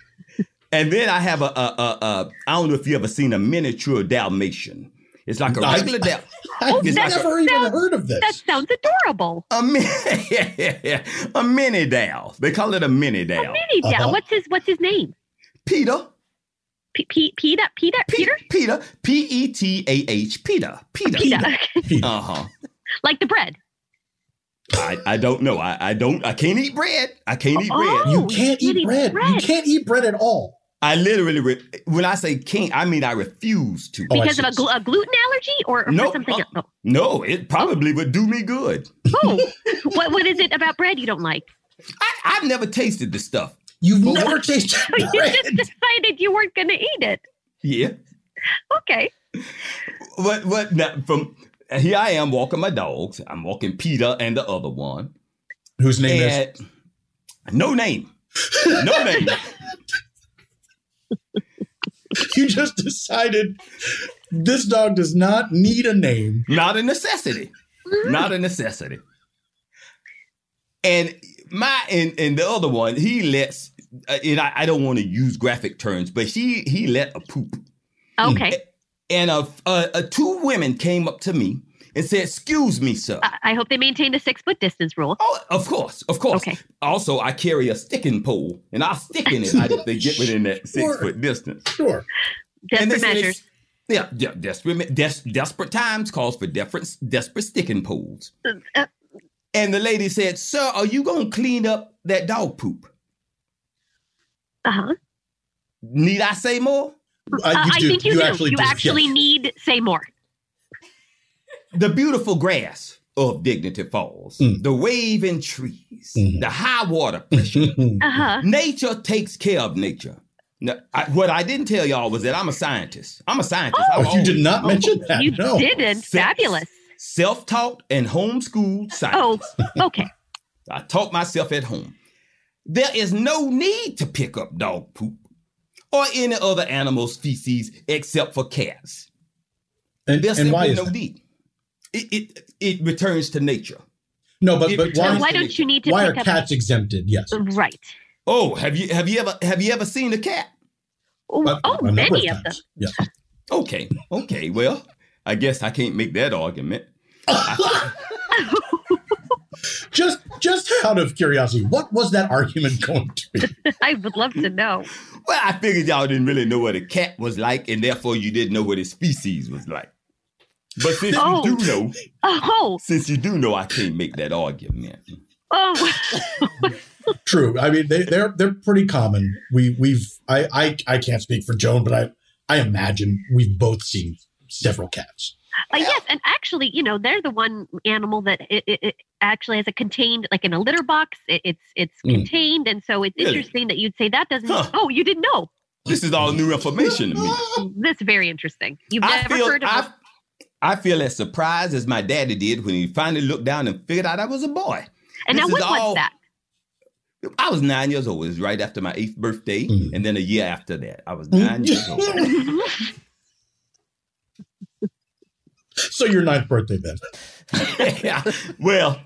Speaker 3: oh.
Speaker 8: and then I have a a a, a I don't know if you ever seen a miniature Dalmatian. It's like a
Speaker 1: I-
Speaker 8: regular Dal.
Speaker 3: oh,
Speaker 1: I've
Speaker 8: it's like
Speaker 1: never
Speaker 3: a-
Speaker 1: even
Speaker 3: that-
Speaker 1: heard of this.
Speaker 3: That sounds adorable.
Speaker 8: A mini, a mini [laughs] Dal. They call it a mini Dal.
Speaker 3: Mini Dal.
Speaker 1: Uh-huh.
Speaker 3: What's his What's his name?
Speaker 8: Peter,
Speaker 3: P- P- Peter. Peter.
Speaker 8: Pe-
Speaker 3: Peter.
Speaker 8: Peter, P E T A H, Peter, Peter,
Speaker 3: Peter.
Speaker 8: Uh huh.
Speaker 3: [laughs] like the bread.
Speaker 8: I, I don't know. I, I don't. I can't eat bread. I can't eat bread.
Speaker 3: Oh.
Speaker 1: you can't
Speaker 3: you
Speaker 1: eat
Speaker 3: eat
Speaker 1: bread. You
Speaker 3: bread.
Speaker 1: can't eat bread at all.
Speaker 8: I literally, re- when I say can't, I mean I refuse to.
Speaker 1: Oh, I
Speaker 3: because of a,
Speaker 1: see.
Speaker 3: gl- a gluten allergy or, or
Speaker 8: Nope.
Speaker 3: something
Speaker 8: Uh,
Speaker 3: else?
Speaker 8: No, it probably would do me good.
Speaker 1: [laughs]
Speaker 3: Oh, what what is it about bread you don't like? [laughs]
Speaker 8: I, I've never tasted this stuff.
Speaker 1: [laughs] You've
Speaker 8: But
Speaker 1: never
Speaker 3: [laughs]
Speaker 1: tasted
Speaker 3: You
Speaker 1: bread.
Speaker 3: just decided you weren't going to eat it.
Speaker 8: Yeah.
Speaker 3: Okay,
Speaker 8: But but now, from here I am walking my dogs. I'm walking Peter and the other one.
Speaker 1: Whose name is?
Speaker 8: And no name. No name.
Speaker 1: [laughs] You just decided this dog does not need a name.
Speaker 8: Not a necessity. Not a necessity. And my and, and the other one, he lets uh, and I, I don't want to use graphic terms, but he he let a poop.
Speaker 3: okay.
Speaker 8: And a, a, a two women came up to me and said, "Excuse me, sir."
Speaker 3: I, I hope they maintained a six foot distance rule.
Speaker 8: oh, of course, of course.
Speaker 3: Okay.
Speaker 8: Also, I carry a sticking pole, and I'll stick in it if they get within that six
Speaker 1: Sure.
Speaker 8: foot distance.
Speaker 1: Sure.
Speaker 3: Desperate
Speaker 8: And they said
Speaker 3: measures.
Speaker 8: it's- Yeah, yeah desperate, me- des- desperate times calls for desperate, desperate sticking poles.
Speaker 3: uh,
Speaker 8: And the lady said, Sir, are you going to clean up that dog poop?
Speaker 3: Uh huh.
Speaker 8: Need I say more?
Speaker 1: Uh, you
Speaker 3: I
Speaker 1: do.
Speaker 3: think you, do. you
Speaker 1: do. Yes.
Speaker 3: actually need say more.
Speaker 8: The beautiful grass of Dignity Falls,
Speaker 1: Mm.
Speaker 8: the waving trees,
Speaker 1: Mhm.
Speaker 8: the high water pressure.
Speaker 1: [laughs]
Speaker 3: Uh huh.
Speaker 8: nature takes care of nature. Now, I, what I didn't tell y'all was that I'm a scientist. I'm a scientist.
Speaker 1: Oh,
Speaker 8: I'm
Speaker 1: you did not
Speaker 8: always-
Speaker 1: mention that.
Speaker 3: You
Speaker 1: no.
Speaker 3: didn't.
Speaker 8: Six.
Speaker 3: Fabulous.
Speaker 8: Self-taught and homeschooled scientist.
Speaker 3: Oh,
Speaker 1: [laughs]
Speaker 3: okay.
Speaker 8: I taught myself at home. There is no need to pick up dog poop or any other animal's feces except for cats.
Speaker 1: And,
Speaker 8: There's
Speaker 1: and why
Speaker 8: simply
Speaker 1: is
Speaker 8: no
Speaker 1: that?
Speaker 8: need. It, it it returns to nature.
Speaker 1: No, but but
Speaker 8: It-
Speaker 3: So
Speaker 8: Why-
Speaker 3: why
Speaker 1: why?
Speaker 3: don't you need to
Speaker 1: Why are
Speaker 3: pick up?
Speaker 1: cats exempted? Yes.
Speaker 3: Right.
Speaker 8: Oh, have you have you ever have you ever seen a cat?
Speaker 3: Oh,
Speaker 1: But-
Speaker 3: oh
Speaker 1: a number
Speaker 3: many of them.
Speaker 1: times. Yes.
Speaker 8: Okay, okay. Well, I guess I can't make that argument.
Speaker 1: Just just out of curiosity, what was that argument [laughs] going to be?
Speaker 3: [laughs] I would love to know.
Speaker 8: Well, I figured y'all didn't really know what a cat was like, and therefore you didn't know what his feces was like. But since
Speaker 3: Oh.
Speaker 8: you do know,
Speaker 3: Oh,
Speaker 8: since you do know, I can't make that argument.
Speaker 3: oh.
Speaker 1: True. I mean, they, they're they're pretty common. We we've I, I I can't speak for Joan, but I I imagine we've both seen several cats.
Speaker 3: Uh, yes, and actually, you know, they're the one animal that it, it, it actually has a contained, like in a litter box. It, it's it's
Speaker 1: Mm.
Speaker 3: contained, and so it's
Speaker 8: Hmm. Really?
Speaker 3: interesting that you'd say that doesn't.
Speaker 8: Huh.
Speaker 3: Oh, you didn't know.
Speaker 8: This is all new information to me.
Speaker 3: That's very interesting. You've
Speaker 8: I
Speaker 3: never
Speaker 8: feel
Speaker 3: heard of.
Speaker 8: I,
Speaker 3: a-
Speaker 8: I feel as surprised as my daddy did when he finally looked down and figured out I was a boy.
Speaker 3: and now
Speaker 8: this
Speaker 3: when
Speaker 8: is all-
Speaker 3: was that?
Speaker 8: I was nine years old. It was right after my eighth birthday,
Speaker 1: Mm.
Speaker 8: and then a year after that, I was nine
Speaker 1: [laughs]
Speaker 8: years old. [laughs]
Speaker 1: so your ninth birthday then?
Speaker 8: yeah. Well,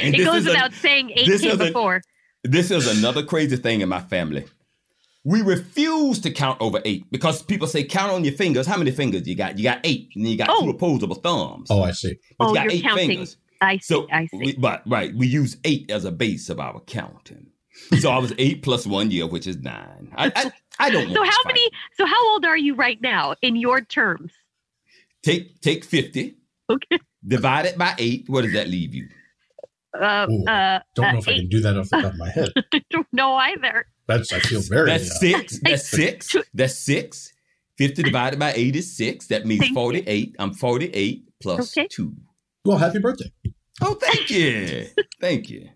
Speaker 8: and
Speaker 3: It
Speaker 8: this
Speaker 3: goes
Speaker 8: is a-
Speaker 3: without saying. Eight
Speaker 8: this
Speaker 3: came
Speaker 8: is a-
Speaker 3: before.
Speaker 8: This is another crazy thing in my family. We refuse to count over eight because people say count on your fingers. How many fingers you got? You got eight, and then you got
Speaker 3: Oh.
Speaker 8: two opposable thumbs.
Speaker 1: Oh, I see.
Speaker 8: but
Speaker 3: Oh,
Speaker 8: you got
Speaker 3: you're
Speaker 8: eight
Speaker 3: counting.
Speaker 8: fingers.
Speaker 3: I see.
Speaker 8: So,
Speaker 3: I see.
Speaker 8: We, but right, we use eight as a base of our counting. So I was eight plus one year, which is nine. I, I, I don't.
Speaker 3: So
Speaker 8: want to
Speaker 3: how
Speaker 8: fight.
Speaker 3: many? So how old are you right now in your terms? [laughs]
Speaker 8: Take take fifty.
Speaker 3: Okay.
Speaker 8: Divide it by eight. What does that leave you?
Speaker 3: Uh,
Speaker 1: Ooh,
Speaker 3: uh,
Speaker 1: Don't
Speaker 3: uh,
Speaker 1: know if I
Speaker 3: eight.
Speaker 1: can do that off the top of my head.
Speaker 3: I [laughs] don't know either.
Speaker 1: That's I feel very.
Speaker 8: That's
Speaker 1: uh,
Speaker 8: six. That's six. That's six. Fifty divided by eight is six. That means
Speaker 3: Thank you.
Speaker 8: forty-eight. I'm forty-eight plus
Speaker 3: Okay.
Speaker 8: two.
Speaker 1: well, happy birthday.
Speaker 8: Oh, thank you, thank you.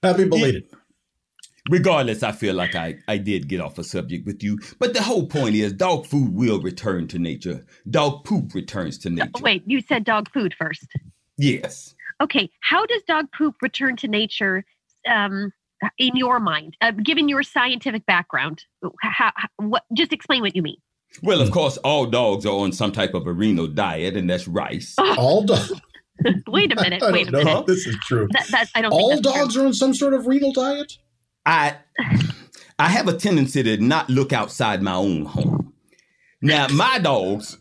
Speaker 1: Happy
Speaker 3: [laughs]
Speaker 1: belated.
Speaker 8: Regardless, I feel like I, I did get off a subject with you, but the whole point is dog food will return to nature. Dog poop returns to nature.
Speaker 3: Wait, you said dog food first.
Speaker 8: Yes.
Speaker 3: Okay, how does dog poop return to nature? Um, in your mind, uh, given your scientific background, how, how, what? Just explain what you mean.
Speaker 8: Well, of course, all dogs are on some type of a renal diet, and that's rice.
Speaker 1: All dogs.
Speaker 3: Wait a
Speaker 8: [laughs]
Speaker 3: minute.
Speaker 1: I
Speaker 3: wait
Speaker 1: don't know
Speaker 3: a minute.
Speaker 1: if [laughs] this is true.
Speaker 3: That, that, I don't think
Speaker 1: All
Speaker 3: that's true.
Speaker 1: dogs are on some sort of renal diet.
Speaker 8: I I have a tendency to not look outside my own home. Now my dogs,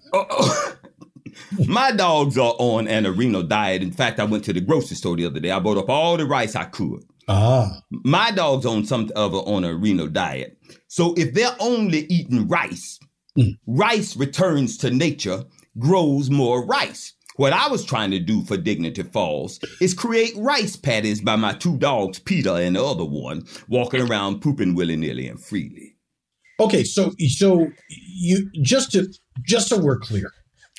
Speaker 8: [laughs] my dogs are on an renal diet. In fact, I went to the grocery store the other day. I bought up all the rice I could.
Speaker 1: Ah,
Speaker 8: My dogs on some other on a renal diet. So if they're only eating rice, rice returns to nature, grows more rice. What I was trying to do for Dignity Falls is create rice patties by my two dogs, Peter and the other one, walking around pooping willy nilly and freely.
Speaker 1: okay. So, so you just to just so we're clear,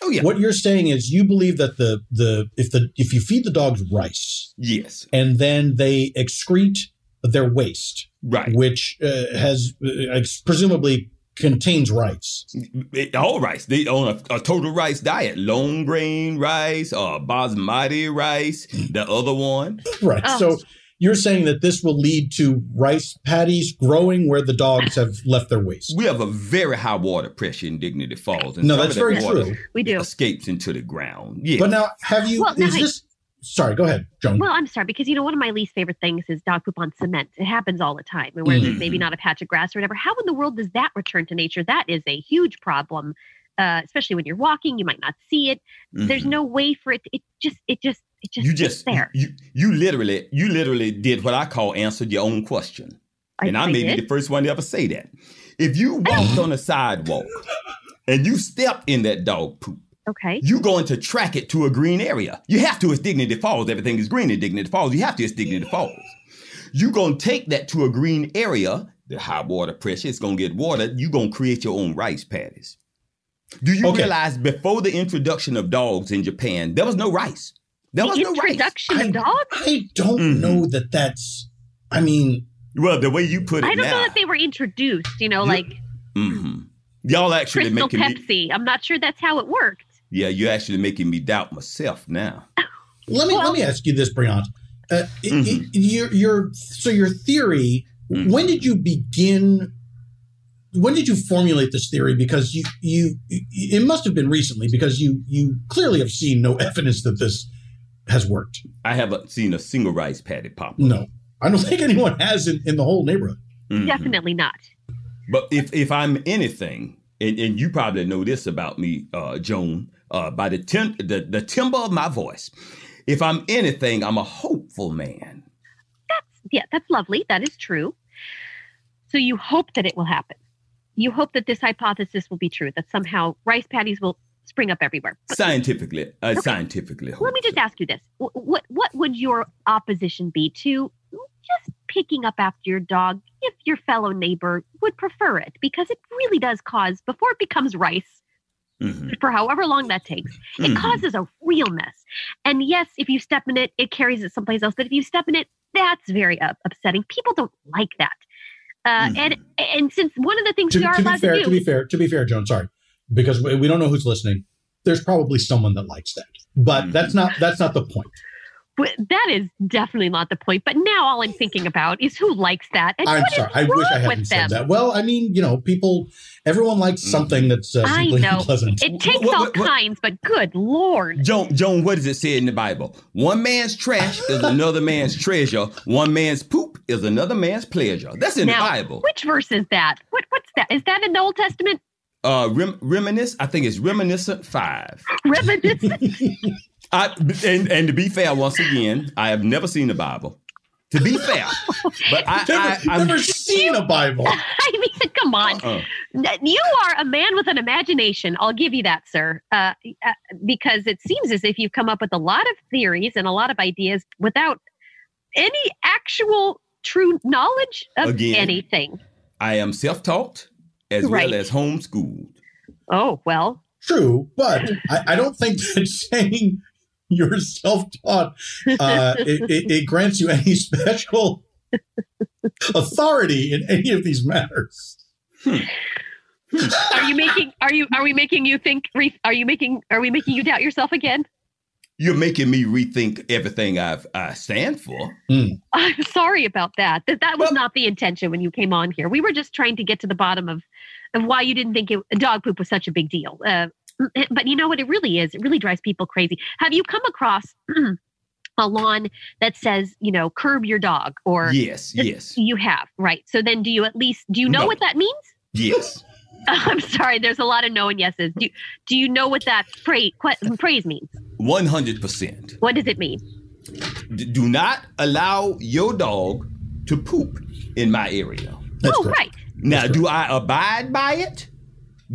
Speaker 8: Oh yeah,
Speaker 1: what you're saying is you believe that the the if the if you feed the dogs rice
Speaker 8: yes,
Speaker 1: and then they excrete their waste,
Speaker 8: right.
Speaker 1: which uh, has uh, ex- presumably contains
Speaker 8: [laughs]
Speaker 1: rice.
Speaker 8: It- all rice. They on a, a total rice diet: long grain rice, uh, basmati rice. The other one,
Speaker 1: Right.
Speaker 3: Oh.
Speaker 1: So you're saying that this will lead to rice patties growing where the dogs have left their waste.
Speaker 8: we have a very high water pressure in Dignity Falls, and
Speaker 1: No,
Speaker 8: some
Speaker 1: that's
Speaker 8: of that
Speaker 1: very
Speaker 8: water
Speaker 1: true.
Speaker 3: We do.
Speaker 8: escapes into the ground. Yeah,
Speaker 1: But now, have you?
Speaker 3: Well,
Speaker 1: is
Speaker 3: now-
Speaker 1: this? Sorry, go ahead, Joan.
Speaker 3: Well, I'm sorry because you know one of my least favorite things is dog poop on cement. It happens all the time, and where
Speaker 8: Mm.
Speaker 3: there's maybe not a patch of grass or whatever. How in the world does that return to nature? That is a huge problem, uh, especially when you're walking. You might not see it. There's
Speaker 8: Mhm.
Speaker 3: no way for it. It just, it just, it just,
Speaker 8: you
Speaker 3: sits
Speaker 8: just
Speaker 3: there.
Speaker 8: You, you literally you literally did what I call answered your own question, and I, may be
Speaker 3: did.
Speaker 8: the first one to ever say that. If you
Speaker 3: [laughs]
Speaker 8: walked on a sidewalk and you stepped in that dog poop.
Speaker 3: okay.
Speaker 8: you're going to track it to a green area. You have to. It's Dignity Falls. Everything is green in Dignity Falls. You have to. It's Dignity Falls. You're going to take that to a green area. The high water pressure. It's going to get water. You're going to create your own rice paddies. Do you
Speaker 1: Okay.
Speaker 8: realize before the introduction of dogs in Japan, there was no rice. There was
Speaker 3: the
Speaker 8: no rice.
Speaker 3: introduction
Speaker 1: I-
Speaker 3: of dogs.
Speaker 1: I don't
Speaker 8: Mhm.
Speaker 1: know that that's. I mean,
Speaker 8: Well, the way you put it
Speaker 3: I don't
Speaker 8: now,
Speaker 3: know that they were introduced. You know,
Speaker 8: You-
Speaker 3: like
Speaker 8: Mhm. y'all actually
Speaker 3: Crystal
Speaker 8: making me.
Speaker 3: Pepsi. I'm not sure that's how it worked.
Speaker 8: Yeah, you're actually making me doubt myself now.
Speaker 1: let me
Speaker 3: Well-
Speaker 1: let me ask you this, Briant. Uh, i- i-
Speaker 8: Mhm.
Speaker 1: your your so your theory.
Speaker 8: Mhm.
Speaker 1: When did you begin? When did you formulate this theory? Because you you it must have been recently because you you clearly have seen no evidence that this has worked.
Speaker 8: I haven't seen a single rice patty pop. up.
Speaker 1: No, I don't [laughs] think anyone has in, in the whole neighborhood.
Speaker 8: Mhm.
Speaker 3: Definitely not.
Speaker 8: But if if I'm anything, and, and you probably know this about me, uh, Joan, uh, by the, tim- the the timbre of my voice, if I'm anything, I'm a hopeful man.
Speaker 3: yeah, that's lovely. That is true. So you hope that it will happen. You hope that this hypothesis will be true, that somehow rice patties will spring up everywhere. But
Speaker 8: Scientifically, uh, scientifically.
Speaker 3: let me
Speaker 8: hopeful.
Speaker 3: just ask you this. Wh- What what would your opposition be to just picking up after your dog if your fellow neighbor would prefer it? Because it really does cause before it becomes rice
Speaker 8: Mhm,
Speaker 3: for however long that takes. It
Speaker 8: mhm.
Speaker 3: causes a real mess. And yes, if you step in it, it carries it someplace else. But if you step in it, that's very up- upsetting. People don't like that. Uh, And and since one of the things
Speaker 1: To,
Speaker 3: we are
Speaker 1: to be
Speaker 3: allowed
Speaker 1: fair,
Speaker 3: to
Speaker 1: to
Speaker 3: do,
Speaker 1: be fair, to be fair, Joan. Sorry, because we, we don't know who's listening. There's probably someone that likes that, but
Speaker 8: Mhm.
Speaker 1: that's not that's not the point.
Speaker 3: but that is definitely not the point. But now all I'm thinking about is who likes that and
Speaker 1: I'm
Speaker 3: what is
Speaker 1: sorry. I wish
Speaker 3: wrong
Speaker 1: I hadn't
Speaker 3: with
Speaker 1: said
Speaker 3: them.
Speaker 1: that. Well, I mean, you know, people, everyone likes
Speaker 8: Mm.
Speaker 1: something that's uh,
Speaker 3: I
Speaker 1: simply [laughs]
Speaker 3: know.
Speaker 1: unpleasant.
Speaker 3: It takes
Speaker 8: What-
Speaker 3: all
Speaker 8: what- what-
Speaker 3: kinds, but good lord,
Speaker 8: Joan, Joan, what does it say in the Bible? One man's trash
Speaker 3: [gasps]
Speaker 8: is another man's treasure. One man's poop is another man's pleasure. That's in
Speaker 3: Now-
Speaker 8: the Bible.
Speaker 3: which verse is that? What what's that? [laughs] Is that in the Old Testament?
Speaker 8: Uh, rem- reminisce, I think it's reminiscent five.
Speaker 3: Reminiscence?
Speaker 8: I, and, and to be fair, once again, I have never seen the Bible. To be fair, but I, I,
Speaker 1: Never,
Speaker 8: I'm
Speaker 1: never seen a
Speaker 3: [laughs]
Speaker 1: Bible.
Speaker 3: [laughs] I mean, come on.
Speaker 8: uh,
Speaker 3: N- You are a man with an imagination. I'll give you that, sir. Uh, uh, because it seems as if you've come up with a lot of theories and a lot of ideas without any actual true knowledge of
Speaker 8: Again.
Speaker 3: anything.
Speaker 8: I am self-taught as
Speaker 3: Right.
Speaker 8: well as homeschooled.
Speaker 3: Oh, well,
Speaker 1: True, but I, I don't think that [laughs] saying you're self-taught uh,
Speaker 3: [laughs]
Speaker 1: it, it, it grants you any special authority in any of these matters.
Speaker 3: are you making are you are we making you think re- are you making are we making you doubt yourself again? [laughs]
Speaker 8: You're making me rethink everything I've I stand for.
Speaker 3: I'm sorry about that. That that was
Speaker 8: Well-
Speaker 3: not the intention when you came on here. We were just trying to get to the bottom of of why you didn't think it, dog poop was such a big deal. Uh, [clears throat] but you know what? It really is. It really drives people crazy. Have you come across [clears throat] a lawn that says, you know, curb your dog, or
Speaker 8: Yes, yes,
Speaker 3: you have right? So then, do you at least do you know
Speaker 8: No.
Speaker 3: what that means? [laughs]
Speaker 8: yes.
Speaker 3: I'm sorry. There's a lot of no and yeses. Do do you know what that phrase que- phrase means?
Speaker 8: One hundred percent.
Speaker 3: What does it mean?
Speaker 8: Do not allow your dog to poop in my area.
Speaker 1: That's
Speaker 3: oh,
Speaker 1: correct.
Speaker 3: right.
Speaker 8: Now, do I abide by it?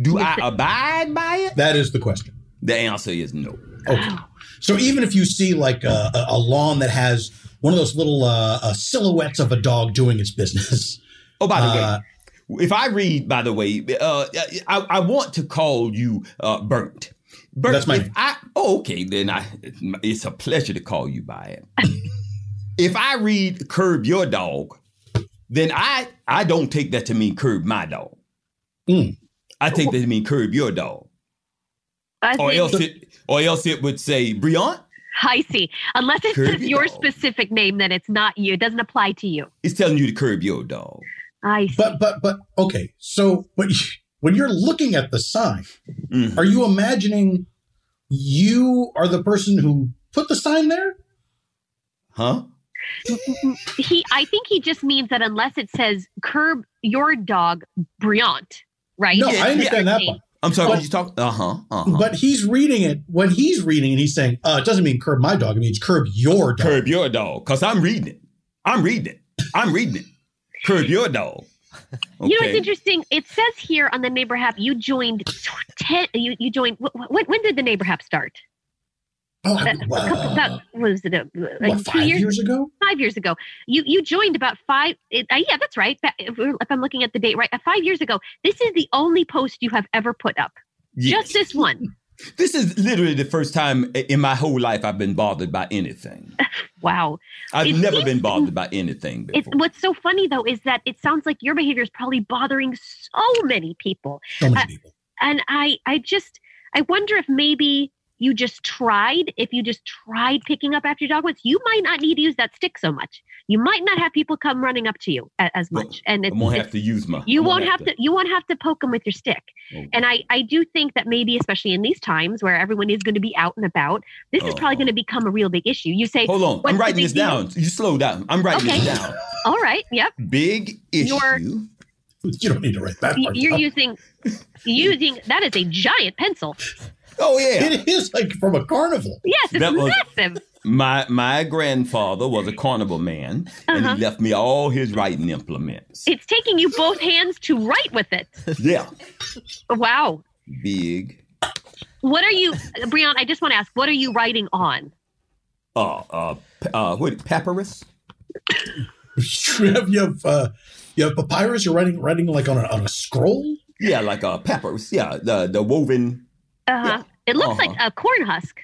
Speaker 8: Do I abide by it?
Speaker 1: That is the question.
Speaker 8: The answer is no.
Speaker 1: Okay.
Speaker 3: Oh.
Speaker 1: So even if you see like a, a- a lawn that has one of those little uh, uh, silhouettes of a dog doing its business,
Speaker 8: Oh, by the
Speaker 1: Uh,
Speaker 8: way, if I read, by the way, uh, I, I want to call you uh, Burnt. Burnt.
Speaker 1: That's my
Speaker 8: if
Speaker 1: name.
Speaker 8: I, oh, okay. Then I, it's a pleasure to call you by it.
Speaker 1: [laughs]
Speaker 8: if I read "curb your dog," then I I don't take that to mean curb my dog.
Speaker 1: Mm.
Speaker 8: I take that to mean curb your dog,
Speaker 3: I
Speaker 1: [laughs]
Speaker 8: or
Speaker 3: think-
Speaker 8: else it, or else it would say Briant.
Speaker 3: I see. Unless it's
Speaker 8: Curb
Speaker 3: your
Speaker 8: dog.
Speaker 3: specific name, then it's not you. It doesn't apply to you.
Speaker 8: It's telling you to curb your dog.
Speaker 3: I see.
Speaker 1: but but but okay. So but [laughs] when you're looking at the sign,
Speaker 3: Mm-hmm.
Speaker 8: Mhm.
Speaker 1: are you imagining you are the person who put the sign there?
Speaker 8: Huh?
Speaker 3: he, I think he just means that unless it says curb your dog, Briant, right?
Speaker 1: No,
Speaker 3: It's
Speaker 1: I understand that
Speaker 3: name.
Speaker 1: part.
Speaker 8: I'm sorry.
Speaker 1: But-
Speaker 8: what you talk? Uh huh. Uh
Speaker 3: Uh-huh.
Speaker 8: huh.
Speaker 1: But he's reading it when he's reading and he's saying, uh, it doesn't mean curb my dog, it means curb your dog.
Speaker 8: curb your dog because i'm reading it i'm reading it i'm reading it curb your dog
Speaker 3: [laughs] You know what's interesting? It says here on the neighbor hap you joined tw- ten. You you joined. wh- wh- When, when did the neighbor hap start?
Speaker 1: Oh,
Speaker 3: Uh,
Speaker 1: I,
Speaker 3: a
Speaker 1: well,
Speaker 3: [laughs] couple, about was it a, a
Speaker 1: what,
Speaker 3: two
Speaker 1: five
Speaker 3: years?
Speaker 1: years ago?
Speaker 3: Five years ago. You you joined about five. It, uh, yeah, that's right. Ba- If, we're- if I'm looking at the date right, uh, five years ago. This is the only post you have ever put up.
Speaker 8: Yes.
Speaker 3: Just this one.
Speaker 8: this is literally the first time i- in my whole life i've been bothered by anything
Speaker 3: Wow.
Speaker 8: i've
Speaker 3: It
Speaker 8: never
Speaker 3: seems-
Speaker 8: been bothered by anything
Speaker 3: It's
Speaker 8: before
Speaker 3: what's so funny though is that it sounds like your behavior is probably bothering so many people.
Speaker 1: So many
Speaker 3: Uh,
Speaker 1: people.
Speaker 3: And I I just I wonder if maybe you just tried, if you just tried picking up after your dog once, you might not need to use that stick so much. You might not have people come running up to you a- as
Speaker 8: Well,
Speaker 3: much. And
Speaker 8: i
Speaker 3: it's,
Speaker 8: won't
Speaker 3: it's-
Speaker 8: have to use my
Speaker 3: you
Speaker 8: I'm
Speaker 3: won't
Speaker 8: gonna
Speaker 3: have to you won't have to poke them with your stick.
Speaker 8: Oh.
Speaker 3: And I I do think that maybe especially in these times where everyone is going to be out and about, this is probably
Speaker 8: Oh.
Speaker 3: going to become a real big issue. You say,
Speaker 8: hold on
Speaker 3: What's
Speaker 8: i'm
Speaker 3: the
Speaker 8: writing
Speaker 3: big
Speaker 8: this
Speaker 3: deal?
Speaker 8: down you slow down i'm writing
Speaker 3: Okay.
Speaker 8: this down
Speaker 3: "All right, yep,
Speaker 8: big issue
Speaker 3: Your-
Speaker 1: You don't need to write that
Speaker 3: Y-
Speaker 1: part.
Speaker 3: you're
Speaker 1: down.
Speaker 3: using using that is a giant pencil.
Speaker 8: oh yeah
Speaker 1: It is like from a carnival. [laughs]
Speaker 3: Yes, it's
Speaker 8: That was-
Speaker 3: massive.
Speaker 8: my my grandfather was a carnival man and
Speaker 3: Uh-huh.
Speaker 8: he left me all his writing implements
Speaker 3: It's taking you both hands to write with it.
Speaker 8: yeah
Speaker 3: Wow.
Speaker 8: big
Speaker 3: What are you, Breon? I just want to ask, what are you writing on?
Speaker 8: uh, uh, p- uh, what papyrus?
Speaker 1: you have you have, uh, you have papyrus. You're writing writing like on a, on a scroll.
Speaker 8: Yeah, like uh, papyrus. Yeah, the the woven.
Speaker 3: Uh-huh. It looks
Speaker 8: Uh-huh.
Speaker 3: like a corn husk.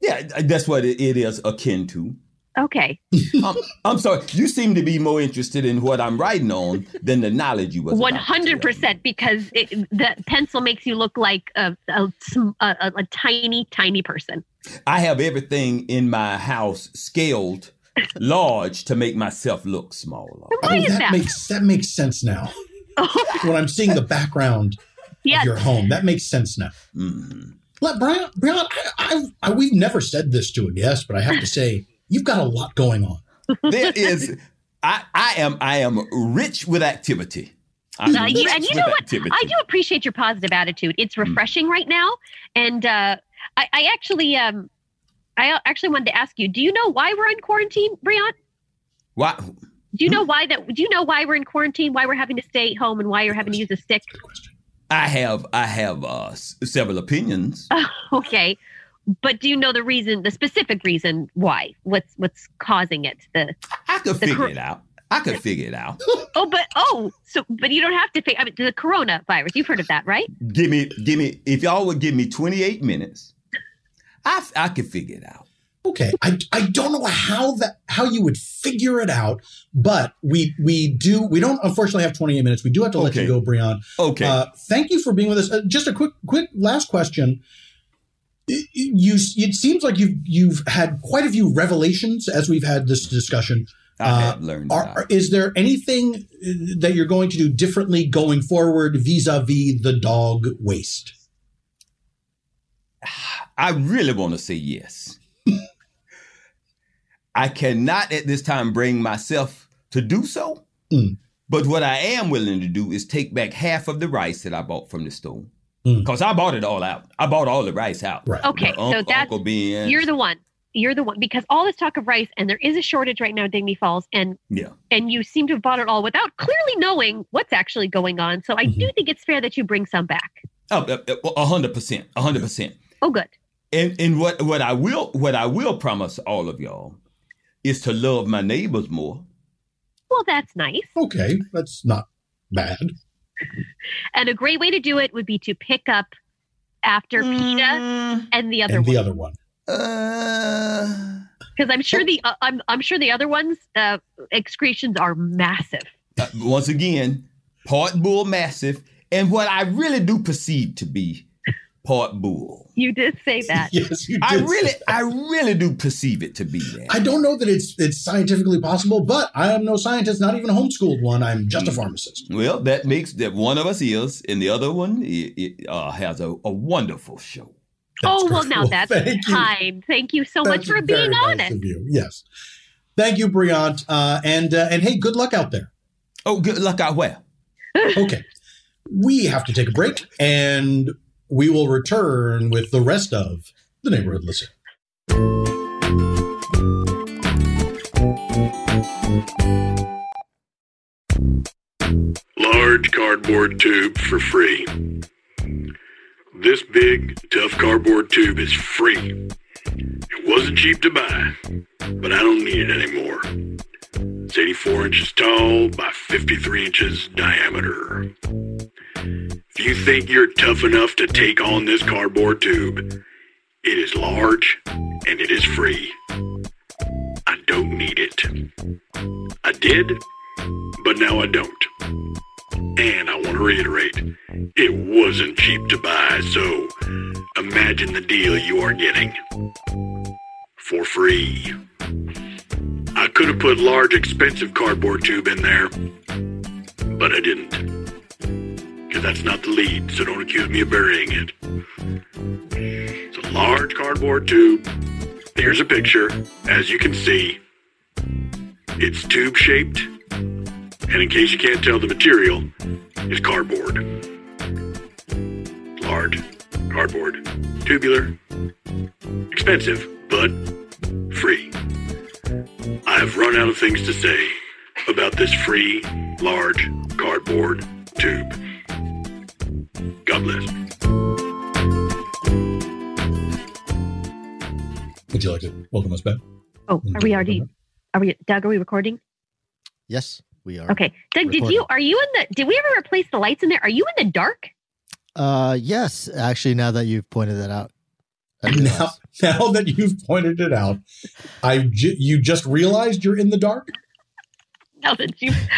Speaker 8: Yeah, th- that's what it, it is akin to.
Speaker 3: Okay.
Speaker 8: Um, I'm sorry, you seem to be more interested in what I'm writing on than the knowledge you was. about to
Speaker 3: One
Speaker 8: tell
Speaker 3: hundred percent, because it, the pencil makes you look like a a, sm- a, a, a tiny, tiny person.
Speaker 8: me. I have everything in my house scaled large to make myself look smaller.
Speaker 3: Why
Speaker 1: oh,
Speaker 3: is that?
Speaker 1: makes that makes sense now.
Speaker 3: [laughs] Oh,
Speaker 1: When I'm seeing the background
Speaker 3: yes.
Speaker 1: of your home, that makes sense now.
Speaker 8: Mhm.
Speaker 1: Let Brian, Brian, I, I, I, we've never said this to a guest, but I
Speaker 8: [laughs]
Speaker 1: have to say you've got a lot going on.
Speaker 8: There is, I I am I am rich with activity. I'm
Speaker 3: Uh, you-
Speaker 8: rich
Speaker 3: and you
Speaker 8: with
Speaker 3: know what?
Speaker 8: activity.
Speaker 3: I do appreciate your positive attitude. It's refreshing right now, and uh, I, I actually, um, I actually wanted to ask you: Do you know why we're in quarantine, Brian?
Speaker 8: Why?
Speaker 3: Do you know why that? Do you know why we're in quarantine? Why we're having to stay at home and why you're having to use a stick?
Speaker 8: I have I have uh, s- several opinions.
Speaker 3: Okay, but do you know the reason? The specific reason why? What's what's causing it? The
Speaker 8: I could
Speaker 3: the
Speaker 8: figure
Speaker 3: cor-
Speaker 8: it out. I could figure it out.
Speaker 3: oh, but oh, so but you don't have to. Fig- I mean, the coronavirus. You've heard of that, right?
Speaker 8: Give me give me if y'all would give me 28 minutes, I f- I could figure it out.
Speaker 1: Okay, I, I don't know how that how you would figure it out, but we we do we don't unfortunately have 28 minutes. We do have to let
Speaker 8: Okay.
Speaker 1: you go, Breon.
Speaker 8: Okay.
Speaker 1: Uh, thank you for being with us. Uh, just a quick quick last question. Y- y- You it seems like you've you've had quite a few revelations as we've had this discussion.
Speaker 8: I
Speaker 1: uh,
Speaker 8: have learned
Speaker 1: Are,
Speaker 8: about
Speaker 1: are-
Speaker 8: it.
Speaker 1: is there anything uh, that you're going to do differently going forward vis-a-vis the dog waste?
Speaker 8: I really want to say yes. I cannot at this time bring myself to do so.
Speaker 1: Mm.
Speaker 8: But what I am willing to do is take back half of the rice that I bought from the store.
Speaker 1: Mm.
Speaker 8: Because I bought it all out. I bought all the rice out.
Speaker 1: Right.
Speaker 3: Okay,
Speaker 8: Unc-
Speaker 3: so that's
Speaker 8: Uncle Ben.
Speaker 3: you're the one. You're the one because all this talk of rice and there is a shortage right now at Dignity Falls and
Speaker 8: yeah.
Speaker 3: and you seem to have bought it all without clearly knowing what's actually going on. So I
Speaker 1: Mm-hmm.
Speaker 3: do think it's fair that you bring some back.
Speaker 8: Oh, uh, uh, well, A hundred percent. A hundred percent.
Speaker 3: Oh, good.
Speaker 8: And and what what I will what I will promise all of y'all is to love my neighbors more.
Speaker 3: Well, that's nice.
Speaker 1: Okay, that's not bad.
Speaker 3: And a great way to do it would be to pick up after Peta
Speaker 8: Mm,
Speaker 3: and the other
Speaker 1: and
Speaker 3: one,
Speaker 1: the other one.
Speaker 8: uh,
Speaker 3: because I'm sure the uh, I'm I'm sure the other ones uh, excretions are massive.
Speaker 8: Uh, once again, part bull massive, and what I really do perceive to be part bull.
Speaker 3: You did say that.
Speaker 1: Yes, you did.
Speaker 8: I
Speaker 1: say
Speaker 8: really,
Speaker 1: that.
Speaker 8: I really do perceive it to be that.
Speaker 1: I don't know that it's it's scientifically possible, but I am no scientist, not even a homeschooled one. I'm just a pharmacist.
Speaker 8: well, that makes that one of us is, and the other one i i- uh, has a, a wonderful show.
Speaker 3: oh well,
Speaker 1: great.
Speaker 3: now that's
Speaker 1: thank you.
Speaker 3: kind. Thank you so much
Speaker 1: That's
Speaker 3: for
Speaker 1: very
Speaker 3: being
Speaker 1: nice
Speaker 3: honest.
Speaker 1: of you. Yes, thank you, Briant, uh, and uh, and hey, good luck out there.
Speaker 8: Oh, good luck out where.
Speaker 1: Okay, we have to take a break, and we will return with the rest of the neighborhood listen.
Speaker 9: large cardboard tube for free. This big, tough cardboard tube is free. It wasn't cheap to buy, but I don't need it anymore. It's 84 inches tall by 53 inches diameter. If you think you're tough enough to take on this cardboard tube, it is large and it is free. I don't need it. I did, but now I don't. And I want to reiterate, it wasn't cheap to buy, so imagine the deal you are getting for free. I could have put large, expensive cardboard tube in there, but I didn't. Because that's not the lead, so don't accuse me of burying it. It's a large cardboard tube. Here's a picture. As you can see, it's tube shaped and in case you can't tell, the material is cardboard. Large, cardboard, tubular, expensive, but free. I've run out of things to say about this free, large cardboard tube. God bless.
Speaker 1: Would you like to welcome us back? [laughs]
Speaker 3: Oh, are we already? Are we? Doug, are we recording?
Speaker 4: Yes, we are.
Speaker 3: Okay, Doug, did
Speaker 4: Recording.
Speaker 3: you are you in the? Did we ever replace the lights in there? Are you in the dark?
Speaker 4: Uh, yes, actually, now that you've pointed that out, I
Speaker 1: Now,
Speaker 4: realize.
Speaker 1: now that you've pointed it out, I ju- you just realized you're in the dark.
Speaker 3: Now that you pointed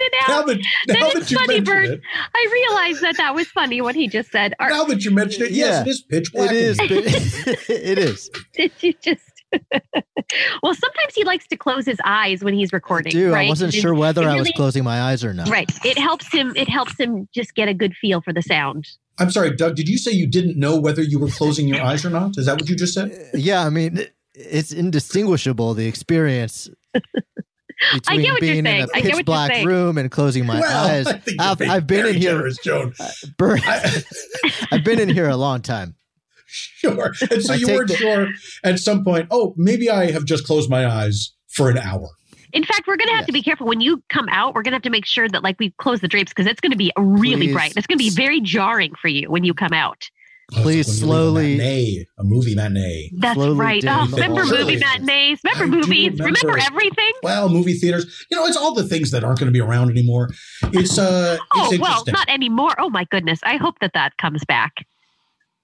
Speaker 3: it
Speaker 1: Now
Speaker 3: out,
Speaker 1: that now
Speaker 3: Oh, is
Speaker 1: that you
Speaker 3: funny,
Speaker 1: mentioned
Speaker 3: Bert.
Speaker 1: it,
Speaker 3: I realized that that was funny what he just said. Are,
Speaker 1: now that you mentioned it, yes, [laughs]
Speaker 4: Yeah.
Speaker 1: it is pitch black.
Speaker 4: it
Speaker 1: in
Speaker 4: is.
Speaker 1: here. [laughs]
Speaker 4: but- it is.
Speaker 3: did you just? [laughs] well, sometimes he likes to close his eyes when he's recording.
Speaker 4: Dude,
Speaker 3: right?
Speaker 4: I wasn't
Speaker 3: It-
Speaker 4: sure whether
Speaker 3: it
Speaker 4: I was
Speaker 3: really-
Speaker 4: closing my eyes or not.
Speaker 3: Right, it helps him. It helps him just get a good feel for the sound.
Speaker 1: I'm sorry, Doug. Did you say you didn't know whether you were closing your eyes or not? Is that what you just said?
Speaker 4: Uh, Yeah, I mean, it- it's indistinguishable
Speaker 3: [laughs]
Speaker 4: the experience between
Speaker 3: get what you're
Speaker 4: being in
Speaker 3: saying.
Speaker 4: a
Speaker 3: I get
Speaker 4: pitch
Speaker 3: what you're
Speaker 4: black
Speaker 3: saying.
Speaker 4: room and closing my eyes.
Speaker 1: I think you're
Speaker 4: I've,
Speaker 1: being
Speaker 4: I've been
Speaker 1: very
Speaker 4: in here.
Speaker 1: generous, Joan.
Speaker 4: Bert,
Speaker 1: I-
Speaker 4: [laughs] I've been in here a long time.
Speaker 1: sure. And so
Speaker 4: I
Speaker 1: you
Speaker 4: take
Speaker 1: weren't
Speaker 4: the-
Speaker 1: sure at some point. Oh, maybe I have just closed my eyes for an hour.
Speaker 3: In fact, we're going to have to be careful when you come out. We're going to have to make sure that like we close the drapes because it's going to be really
Speaker 4: Please.
Speaker 3: bright. It's going to be very jarring for you when you come out.
Speaker 4: Please
Speaker 1: It's
Speaker 4: slowly-
Speaker 1: A matinee, a movie matinee.
Speaker 3: That's
Speaker 4: Slowly
Speaker 3: right.
Speaker 4: dim
Speaker 3: Oh,
Speaker 4: the
Speaker 3: remember
Speaker 1: light.
Speaker 3: movie
Speaker 1: Really?
Speaker 3: matinees? Remember
Speaker 1: I do
Speaker 3: movies? Remember.
Speaker 1: remember.
Speaker 3: everything?
Speaker 1: Well, movie theaters. You know, it's all the things that aren't going to be around anymore. It's uh,
Speaker 3: Oh
Speaker 1: it's
Speaker 3: well,
Speaker 1: interesting.
Speaker 3: not anymore. Oh my goodness. I hope that that comes back.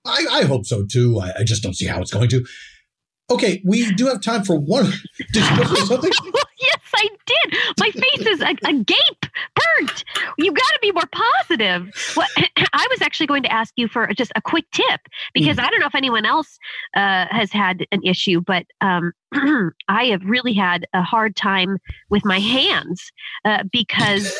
Speaker 1: I, I hope so too. I, I just don't see how it's going to. Okay, we do have time for one. [laughs] [laughs] Did you go for
Speaker 3: [laughs]
Speaker 1: something?
Speaker 3: yes, I did. My face is a, a gape, burnt. You got to be more positive. What [clears throat] I was actually going to ask you for just a quick tip because
Speaker 1: Mm.
Speaker 3: I don't know if anyone else uh, has had an issue, but um, [clears throat] I have really had a hard time with my hands uh,
Speaker 1: [laughs]
Speaker 3: because.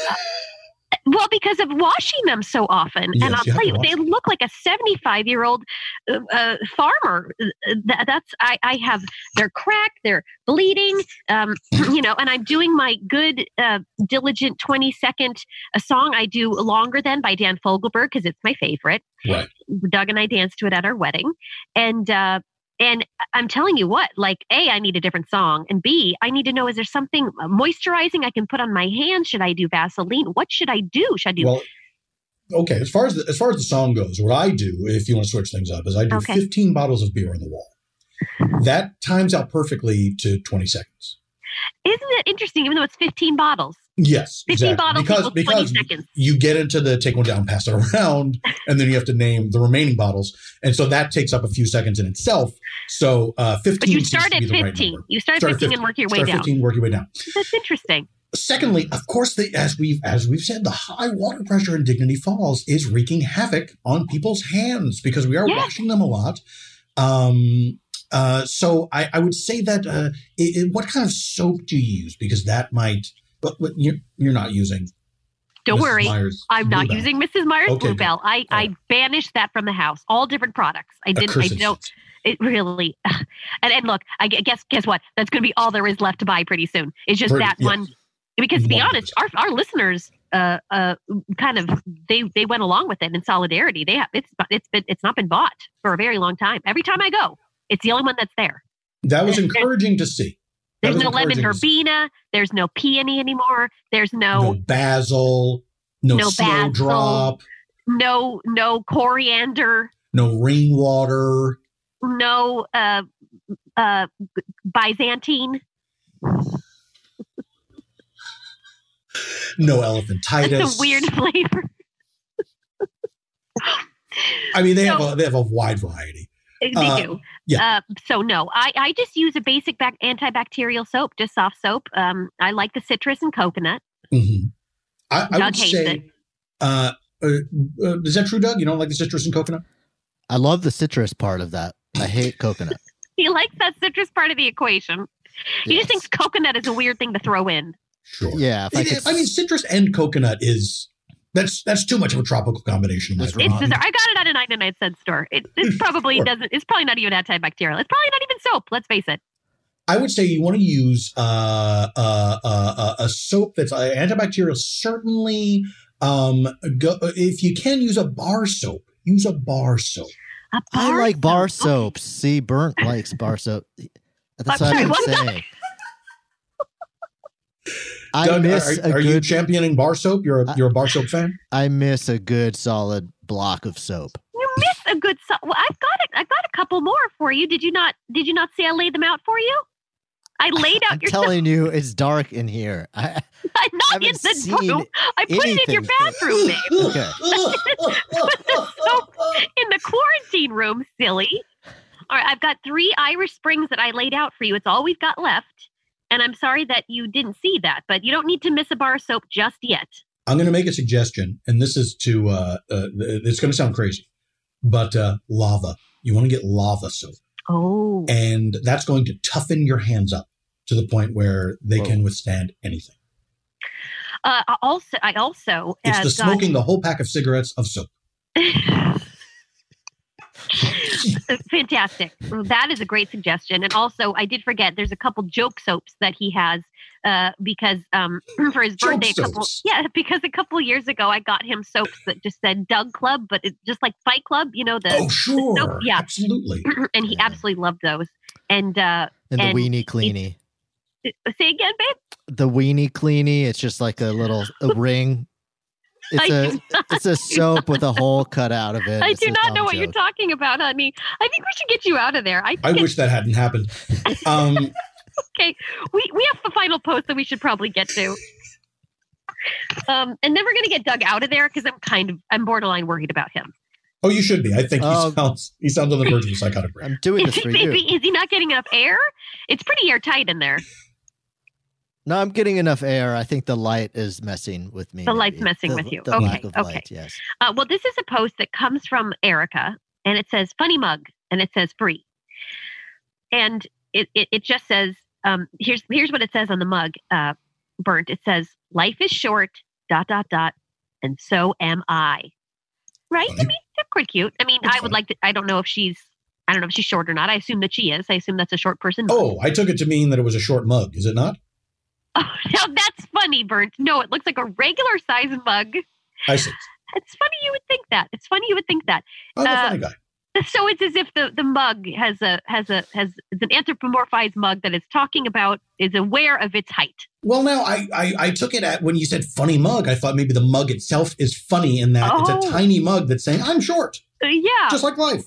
Speaker 3: Well, because of washing them so often,
Speaker 1: Yes,
Speaker 3: and I'll
Speaker 1: you have
Speaker 3: tell
Speaker 1: to
Speaker 3: you,
Speaker 1: wash
Speaker 3: they look like a seventy-five-year-old uh, uh, farmer. Uh, That, that's I, I have. They're cracked. They're bleeding
Speaker 1: [clears throat]
Speaker 3: um, you know, and I'm doing my good, uh, diligent 20 second a song I do longer than by Dan Fogelberg because it's my favorite.
Speaker 1: Right.
Speaker 3: Doug and I danced to it at our wedding, and uh, and I'm telling you what, like a, I need a different song, and b, I need to know is there something uh, moisturizing I can put on my hand? Should I do Vaseline? What should I do? Should I do?
Speaker 1: Well, okay. As far as the, as far as the song goes, what I do, if you want to switch things up, is I do
Speaker 3: Okay.
Speaker 1: fifteen bottles of beer on the wall. That times out perfectly to twenty seconds.
Speaker 3: Isn't it interesting? Even though it's 15 bottles,
Speaker 1: Yes,
Speaker 3: 15
Speaker 1: exactly.
Speaker 3: bottles
Speaker 1: because
Speaker 3: equals 20
Speaker 1: because
Speaker 3: seconds.
Speaker 1: you get into the take one down, pass it [laughs] around, and then you have to name the remaining bottles, and so that takes up a few seconds in itself. So uh,
Speaker 3: But
Speaker 1: fifteen.
Speaker 3: you
Speaker 1: seems to
Speaker 3: start at
Speaker 1: be the right
Speaker 3: 15.
Speaker 1: number.
Speaker 3: you start at
Speaker 1: Start at
Speaker 3: 15 and work your way
Speaker 1: Start
Speaker 3: down.
Speaker 1: fifteen, work your way down.
Speaker 3: That's interesting.
Speaker 1: Secondly, of course, the, as we've as we've said, the high water pressure in Dignity Falls is wreaking havoc on people's hands because we are
Speaker 3: Yeah.
Speaker 1: washing them a lot. Um, uh, so I, I would say that uh, i i- what kind of soap do you use? Because that might. But, but you're, you're not using.
Speaker 3: Don't
Speaker 1: Mrs.
Speaker 3: worry.
Speaker 1: Myers
Speaker 3: I'm not
Speaker 1: Bluebell.
Speaker 3: using Mrs. Myers
Speaker 1: Okay, good.
Speaker 3: Bluebell. I, I
Speaker 1: right.
Speaker 3: banished that from the house. All different products. I didn't. I
Speaker 1: Accursed.
Speaker 3: don't. It really. [laughs] And, and look, I gue- guess guess what? That's going to be all there is left to buy pretty soon. It's just
Speaker 1: Pretty-
Speaker 3: that
Speaker 1: yes.
Speaker 3: one. Because to be
Speaker 1: One
Speaker 3: honest, our our listeners. Uh, uh, kind of, they they went along with it in solidarity. They have it's it's been it's not been bought for a very long time. Every time I go, it's the only one that's there.
Speaker 1: That was encouraging to see. That
Speaker 3: There's
Speaker 1: was
Speaker 3: no lemon
Speaker 1: encouraging to see.
Speaker 3: verbena. There's no peony anymore. There's
Speaker 1: No basil. No,
Speaker 3: No basil.
Speaker 1: snowdrop.
Speaker 3: no no, no coriander.
Speaker 1: No rainwater.
Speaker 3: no uh, uh, Byzantine.
Speaker 1: No elephantitis.
Speaker 3: That's a weird [laughs] flavor.
Speaker 1: I mean, they
Speaker 3: No.
Speaker 1: have a they have a wide variety.
Speaker 3: they
Speaker 1: Uh,
Speaker 3: do.
Speaker 1: yeah.
Speaker 3: Uh, so no, I, I just use a basic bac- antibacterial soap, just soft soap. Um, I like the citrus and coconut. [laughs]
Speaker 1: hmm I, I
Speaker 3: Doug
Speaker 1: would
Speaker 3: hates
Speaker 1: say,
Speaker 3: it.
Speaker 1: uh, uh, uh, is that true, Doug? You don't like the citrus and coconut?
Speaker 4: I love the citrus part of that. I
Speaker 1: [laughs]
Speaker 4: hate coconut.
Speaker 3: He likes that citrus part of the equation. He
Speaker 4: Yes.
Speaker 3: just thinks coconut is a weird thing to throw in.
Speaker 1: Sure.
Speaker 4: Yeah, if I
Speaker 1: It-
Speaker 4: could
Speaker 1: it- I mean, citrus and coconut is that's that's too much of a tropical combination. in my
Speaker 4: It's
Speaker 3: It's
Speaker 1: opinion.
Speaker 3: bizarre. I got it at a 99 cent store. It, it probably
Speaker 1: Sure.
Speaker 3: doesn't. It's probably not even antibacterial. It's probably not even soap. Let's face it.
Speaker 1: I would say you want to use uh, uh, uh, uh, a soap that's uh, antibacterial. Certainly, um, go, if you can use a bar soap, use a bar soap.
Speaker 3: A
Speaker 4: I like bar
Speaker 3: soap.
Speaker 4: soaps. See, Burnt likes bar soap. That's
Speaker 3: I'm
Speaker 4: what
Speaker 3: sorry,
Speaker 4: I'm
Speaker 3: what?
Speaker 4: saying. I
Speaker 1: Doug,
Speaker 4: miss
Speaker 1: are, are
Speaker 4: a
Speaker 1: you
Speaker 4: good.
Speaker 1: championing bar soap? You're a,
Speaker 4: I-
Speaker 1: you're a bar soap fan.
Speaker 4: I miss a good solid block of soap.
Speaker 3: You miss a good song. Well, I've got a, I've got a couple more for you. Did you not? Did you not see I laid them out for you?
Speaker 4: [laughs]
Speaker 3: I laid out
Speaker 4: I'm
Speaker 3: your. [laughs]
Speaker 4: telling you, it's dark in here. I,
Speaker 3: I'm not
Speaker 4: haven't
Speaker 3: in the
Speaker 4: seen
Speaker 3: room. I put it in your
Speaker 4: anything. [laughs]
Speaker 3: bathroom,
Speaker 1: [laughs]
Speaker 3: babe.
Speaker 4: okay.
Speaker 3: in the quarantine room, silly. All right, I've got three Irish Springs that I laid out for you. It's all we've got left, and I'm sorry that you didn't see that. But you don't need to miss a bar of soap just yet.
Speaker 1: [laughs] I'm going to make a suggestion, and this is to uh, uh it's going to sound crazy, but uh, lava. You want to get lava soap,
Speaker 3: Oh,
Speaker 1: and that's going to toughen your hands up to the point where they
Speaker 4: Whoa.
Speaker 1: can withstand anything.
Speaker 3: uh, I also I also
Speaker 1: It's
Speaker 3: uh,
Speaker 1: the
Speaker 3: got-
Speaker 1: smoking the whole pack of cigarettes of soap.
Speaker 3: Fantastic. Well, That is a great suggestion. And also, I did forget there's a couple joke soaps that he has uh, because um, [clears throat] for his
Speaker 1: Joke
Speaker 3: birthday, a couple
Speaker 1: soaps.
Speaker 3: yeah, because a couple years ago I got him soaps that just said Doug Club, but it's just like Fight Club, you know the.
Speaker 1: oh sure,
Speaker 3: soap, yeah.
Speaker 1: absolutely.
Speaker 3: [clears throat] and he
Speaker 4: Oh, Yeah.
Speaker 3: absolutely loved those. And uh,
Speaker 4: And the
Speaker 3: And
Speaker 4: weenie cleanie.
Speaker 3: say again, babe.
Speaker 4: the weenie cleanie. It's just like a little a ring.
Speaker 3: [laughs]
Speaker 4: It's
Speaker 3: I
Speaker 4: a
Speaker 3: do not-
Speaker 4: it's a soap with a hole cut out of it.
Speaker 3: I
Speaker 4: It's
Speaker 3: do
Speaker 4: a
Speaker 3: not
Speaker 4: dumb
Speaker 3: know what you're
Speaker 4: joke.
Speaker 3: talking about, honey. I think we should get you out of there. I,
Speaker 1: I
Speaker 3: think
Speaker 1: wish that hadn't happened.
Speaker 3: [laughs]
Speaker 1: Um,
Speaker 3: okay. We we have the final post that we should probably get to. Um, and then we're gonna get Doug out of there because I'm kind of I'm borderline worried about him.
Speaker 1: oh, you should be. I think he
Speaker 4: Oh.
Speaker 1: sounds he sounds on the verge of a psychotic
Speaker 4: [laughs]
Speaker 1: break.
Speaker 4: I'm doing
Speaker 3: Is [laughs] he,
Speaker 4: this for
Speaker 3: maybe,
Speaker 4: you.
Speaker 3: is he not getting enough air? It's pretty airtight in there.
Speaker 4: No, I'm getting enough air. I think the light is messing with me.
Speaker 3: The light's
Speaker 4: maybe.
Speaker 3: messing
Speaker 4: The-
Speaker 3: with you.
Speaker 4: The lack
Speaker 3: Okay,
Speaker 4: of
Speaker 3: okay.
Speaker 4: light, yes.
Speaker 3: Uh, well, this is a post that comes from Erica, and it says "funny mug," and it says "free," and it it, it just says um, here's here's what it says on the mug. Uh, burnt. It says "life is short." Dot dot dot, and so am I. Right? I
Speaker 1: Funny.
Speaker 3: mean, they're quite cute. I mean,
Speaker 1: That's
Speaker 3: I would
Speaker 1: funny.
Speaker 3: like to. I don't know if she's. I don't know if she's short or not. I assume that she is. I assume that's a short person. mug.
Speaker 1: Oh, I took it to mean that it was a short mug. Is it not?
Speaker 3: Oh, [laughs] now that's funny, Burnt. No, it looks like a regular size mug.
Speaker 1: I see.
Speaker 3: It's funny you would think that. It's funny you would think that.
Speaker 1: I'm a
Speaker 3: Uh,
Speaker 1: funny guy.
Speaker 3: so it's as if the, the mug has a has a has it's an anthropomorphized mug that is talking about is aware of its height.
Speaker 1: Well, now I, I I took it at when you said funny mug. I thought maybe the mug itself is funny in that it's
Speaker 3: Oh.
Speaker 1: a tiny mug that's saying I'm short,
Speaker 3: Uh, yeah,
Speaker 1: just like life.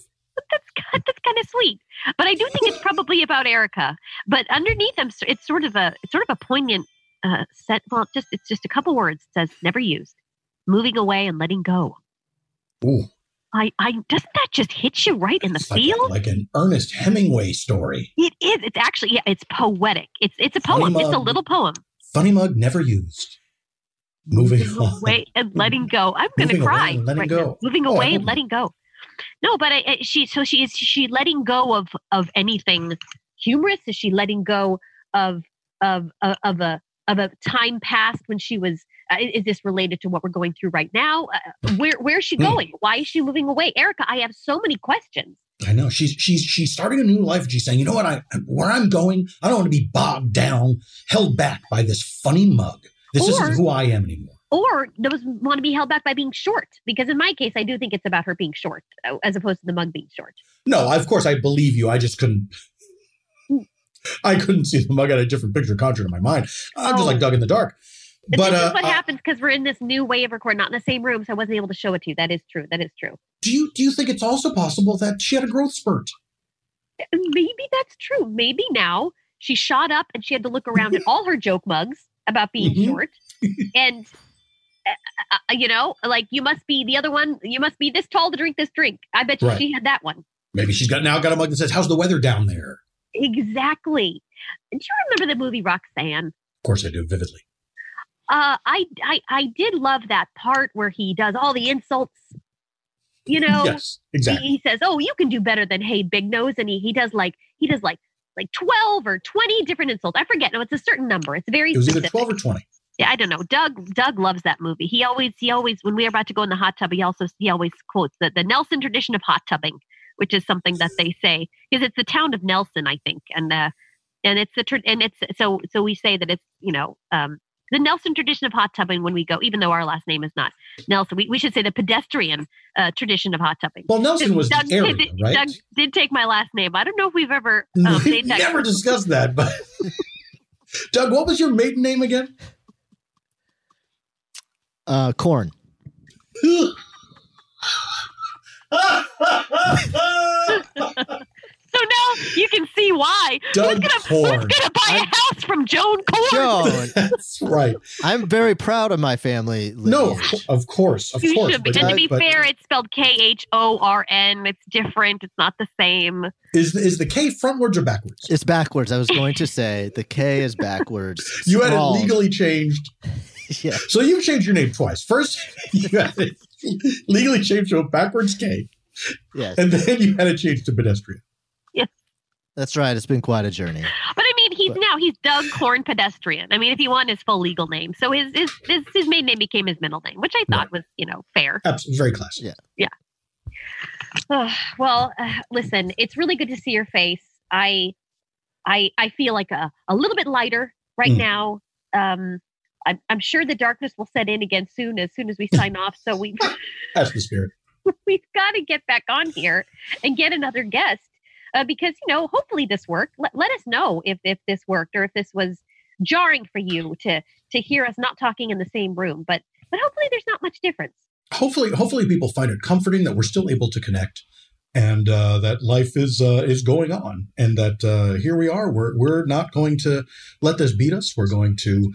Speaker 3: that's ki- [laughs] that's kind of sweet. But I do think it's probably about Erica. But underneath, I'm, s- it's sort of a it's sort of a poignant uh, set. Well, just it's just a couple words. It says never used, moving away and letting go.
Speaker 1: Ooh,
Speaker 3: I I doesn't that just hit you right in the
Speaker 1: it's like,
Speaker 3: field?
Speaker 1: like an Ernest Hemingway story.
Speaker 3: It is. It's actually yeah. It's poetic. It's it's a
Speaker 1: Funny
Speaker 3: poem. It's a
Speaker 1: mug.
Speaker 3: little poem.
Speaker 1: Funny mug never used. Moving on.
Speaker 3: away and letting go. I'm going to
Speaker 1: Moving away
Speaker 3: cry.
Speaker 1: and letting
Speaker 3: right
Speaker 1: go.
Speaker 3: now. Moving
Speaker 1: Oh, I
Speaker 3: away
Speaker 1: hope
Speaker 3: and
Speaker 1: not.
Speaker 3: letting go. No, but I, I, she so she is she letting go of of anything humorous? Is she letting go of of of, of a of a time past when she was? Uh, is this related to what we're going through right now? Uh, where where is she
Speaker 1: Hmm.
Speaker 3: going? Why is she moving away, Erica? I have so many questions.
Speaker 1: I know she's she's she's starting a new life. and She's saying, you know what? I where I'm going, I don't want to be bogged down, held back by this funny mug. This
Speaker 3: Or-
Speaker 1: isn't who I am anymore.
Speaker 3: Or those want to be held back by being short, because in my case, I do think it's about her being short, uh, as opposed to the mug being short.
Speaker 1: No, of course I believe you. I just couldn't. [laughs] I couldn't see the mug. I had a different picture conjured in my mind. I'm
Speaker 3: Oh.
Speaker 1: just like Doug in the dark. But
Speaker 3: this
Speaker 1: uh,
Speaker 3: is what
Speaker 1: uh,
Speaker 3: happens because we're in this new way of recording, not in the same room, so I wasn't able to show it to you. That is true. That is true.
Speaker 1: do you do you think it's also possible that she had a growth spurt?
Speaker 3: Maybe that's true. Maybe now she shot up and she had to look around at all her joke mugs about being
Speaker 1: Mhm.
Speaker 3: short, and uh, uh, uh, you know, like you must be the other one. You must be this tall to drink this drink. I bet you
Speaker 1: Right.
Speaker 3: she had that one
Speaker 1: Maybe she's got now got a mug that says, "How's the weather down there?"
Speaker 3: exactly. Do you remember the movie Roxanne?
Speaker 1: Of course, I do vividly.
Speaker 3: Uh, I, I I did love that part where he does all the insults. You know,
Speaker 1: yes,
Speaker 3: He-
Speaker 1: exactly.
Speaker 3: he says, "Oh, you can do better than hey, big nose," and he he does like he does like like twelve or twenty different insults. I forget. No, it's a certain number. It's very
Speaker 1: It was either
Speaker 3: specific.
Speaker 1: twelve or twenty.
Speaker 3: Yeah, I don't know. Doug Doug loves that movie. He always he always when we are about to go in the hot tub, he also he always quotes the the Nelson tradition of hot tubbing, which is something that they say because it's the town of Nelson, I think, and uh and it's the tr- and it's so so we say that it's you know um the Nelson tradition of hot tubbing when we go, even though our last name is not Nelson, we, we should say the pedestrian uh, tradition of hot tubbing.
Speaker 1: Well, Nelson was
Speaker 3: [laughs] Doug
Speaker 1: the area,
Speaker 3: did,
Speaker 1: right? [laughs]
Speaker 3: Doug did take my last name. I don't know if we've ever um,
Speaker 1: we
Speaker 3: made that.
Speaker 1: never discussed that,
Speaker 3: [laughs]
Speaker 1: but Doug, what was your maiden name again? [laughs] [laughs]
Speaker 4: Uh, corn.
Speaker 3: So now you can see why.
Speaker 1: Doug
Speaker 3: Who's
Speaker 1: Corn.
Speaker 3: gonna buy a
Speaker 4: I'm-
Speaker 3: house from Joan Corn?
Speaker 4: Joan.
Speaker 1: That's right.
Speaker 4: I'm very proud of my family.
Speaker 1: No, of,
Speaker 4: lineage.
Speaker 1: co- of course, of
Speaker 3: you
Speaker 1: course.
Speaker 3: should. But,
Speaker 1: but-
Speaker 3: and to be
Speaker 1: but
Speaker 3: fair, it's spelled K H O R N. It's different. It's not the same.
Speaker 1: is is the K frontwards or backwards?
Speaker 4: It's backwards. I was going to say the K is backwards.
Speaker 1: [laughs] You had it
Speaker 4: Sprawled.
Speaker 1: legally changed.
Speaker 4: Yeah.
Speaker 1: So you've changed your name twice. First, [laughs] you had it legally changed to a backwards K,
Speaker 4: Yes.
Speaker 1: and then you had it changed to pedestrian.
Speaker 4: That's right. It's been quite a journey.
Speaker 3: But I mean, he's
Speaker 4: But-
Speaker 3: now he's Doug Corn Pedestrian. I mean, if you want his full legal name, so his his his, his maiden name became his middle name, which I thought was you know fair.
Speaker 1: Absolutely, very classic.
Speaker 3: Ugh, well, uh, listen, it's really good to see your face. I, I, I feel like a, a little bit lighter right
Speaker 1: Mm.
Speaker 3: now. Um, I'm, I'm sure the darkness will set in again soon, as soon as we sign off. So we, [laughs]
Speaker 1: That's the spirit.
Speaker 3: we've got to get back on here and get another guest uh, because you know, hopefully this worked. Let, let us know if if this worked or if this was jarring for you to to hear us not talking in the same room. But but hopefully there's not much difference.
Speaker 1: Hopefully, hopefully people find it comforting that we're still able to connect, and uh, that life is uh, is going on, and that uh, here we are. We're we're not going to let this beat us. We're going to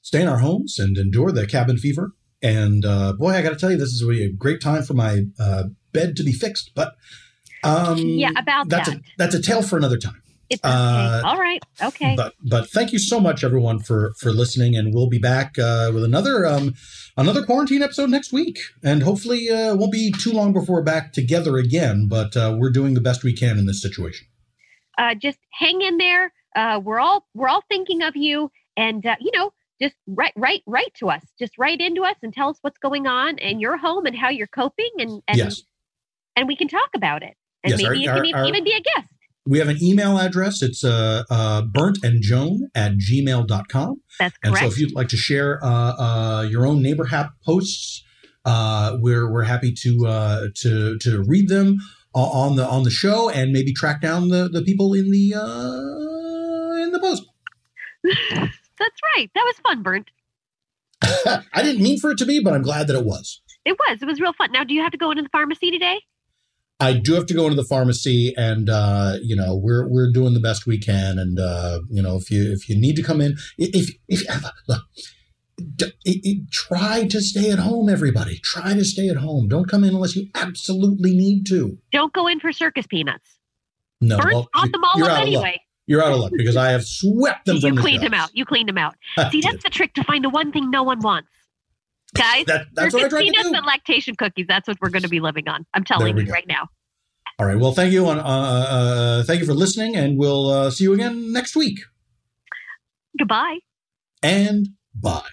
Speaker 1: stay in our homes and endure the cabin fever. And uh, boy, I got to tell you, this is really a great time for my uh, bed to be fixed. But um,
Speaker 3: Yeah, about
Speaker 1: that's
Speaker 3: that.
Speaker 1: a that's a tale for another time.
Speaker 3: It's okay.
Speaker 1: Uh,
Speaker 3: All right. Okay.
Speaker 1: But but thank you so much, everyone, for for listening, and we'll be back uh, with another um, another quarantine episode next week, and hopefully uh, it won't be too long before we're back together again. But uh, we're doing the best we can in this situation.
Speaker 3: uh, just hang in there. Uh, we're all we're all thinking of you, and uh, you know, just write write write to us. Just write into us and tell us what's going on in your home and how you're coping, and and
Speaker 1: yes,
Speaker 3: and we can talk about it. And
Speaker 1: Yes, our-
Speaker 3: maybe you
Speaker 1: our-
Speaker 3: can e-
Speaker 1: our-
Speaker 3: even be a guest.
Speaker 1: we have an email address. It's uh, uh, burnt and joan at gmail.com.
Speaker 3: That's
Speaker 1: And
Speaker 3: correct.
Speaker 1: so if you'd like to share uh, uh, your own neighbor hap posts, uh, we're we're happy to uh, to to read them o- on the on the show and maybe track down the the people in the uh, in the post. [laughs]
Speaker 3: [laughs] That's right. That was fun, Burnt.
Speaker 1: I didn't mean for it to be, but I'm glad that it was.
Speaker 3: It was. It was real fun. Now, do you have to go into the pharmacy today?
Speaker 1: I do have to go into the pharmacy, and uh, you know we're we're doing the best we can. And uh, you know if you if you need to come in, i- if if uh, look, d- i- i- try to stay at home, everybody. Try to stay at home. Don't come in unless you absolutely need to.
Speaker 3: Don't go in for circus peanuts.
Speaker 1: No,
Speaker 3: Burnt
Speaker 1: well,
Speaker 3: brought
Speaker 1: you-
Speaker 3: them all
Speaker 1: you're
Speaker 3: up
Speaker 1: out of luck.
Speaker 3: anyway.
Speaker 1: You're out of luck because I have swept them
Speaker 3: You
Speaker 1: from the
Speaker 3: cleaned him
Speaker 1: shelves. [laughs]
Speaker 3: out. You cleaned him out.
Speaker 1: I
Speaker 3: See,
Speaker 1: did.
Speaker 3: that's the trick to find the one thing no
Speaker 1: [laughs]
Speaker 3: one wants, guys.
Speaker 1: That, that's what I
Speaker 3: circus
Speaker 1: tried to
Speaker 3: peanuts
Speaker 1: do.
Speaker 3: and lactation cookies. That's what we're going to be living on. I'm
Speaker 1: There
Speaker 3: telling
Speaker 1: we
Speaker 3: you
Speaker 1: go.
Speaker 3: right now.
Speaker 1: All right. Well, thank you on uh, uh, thank you for listening, and we'll uh, see you again next week.
Speaker 3: Goodbye.
Speaker 1: And bye.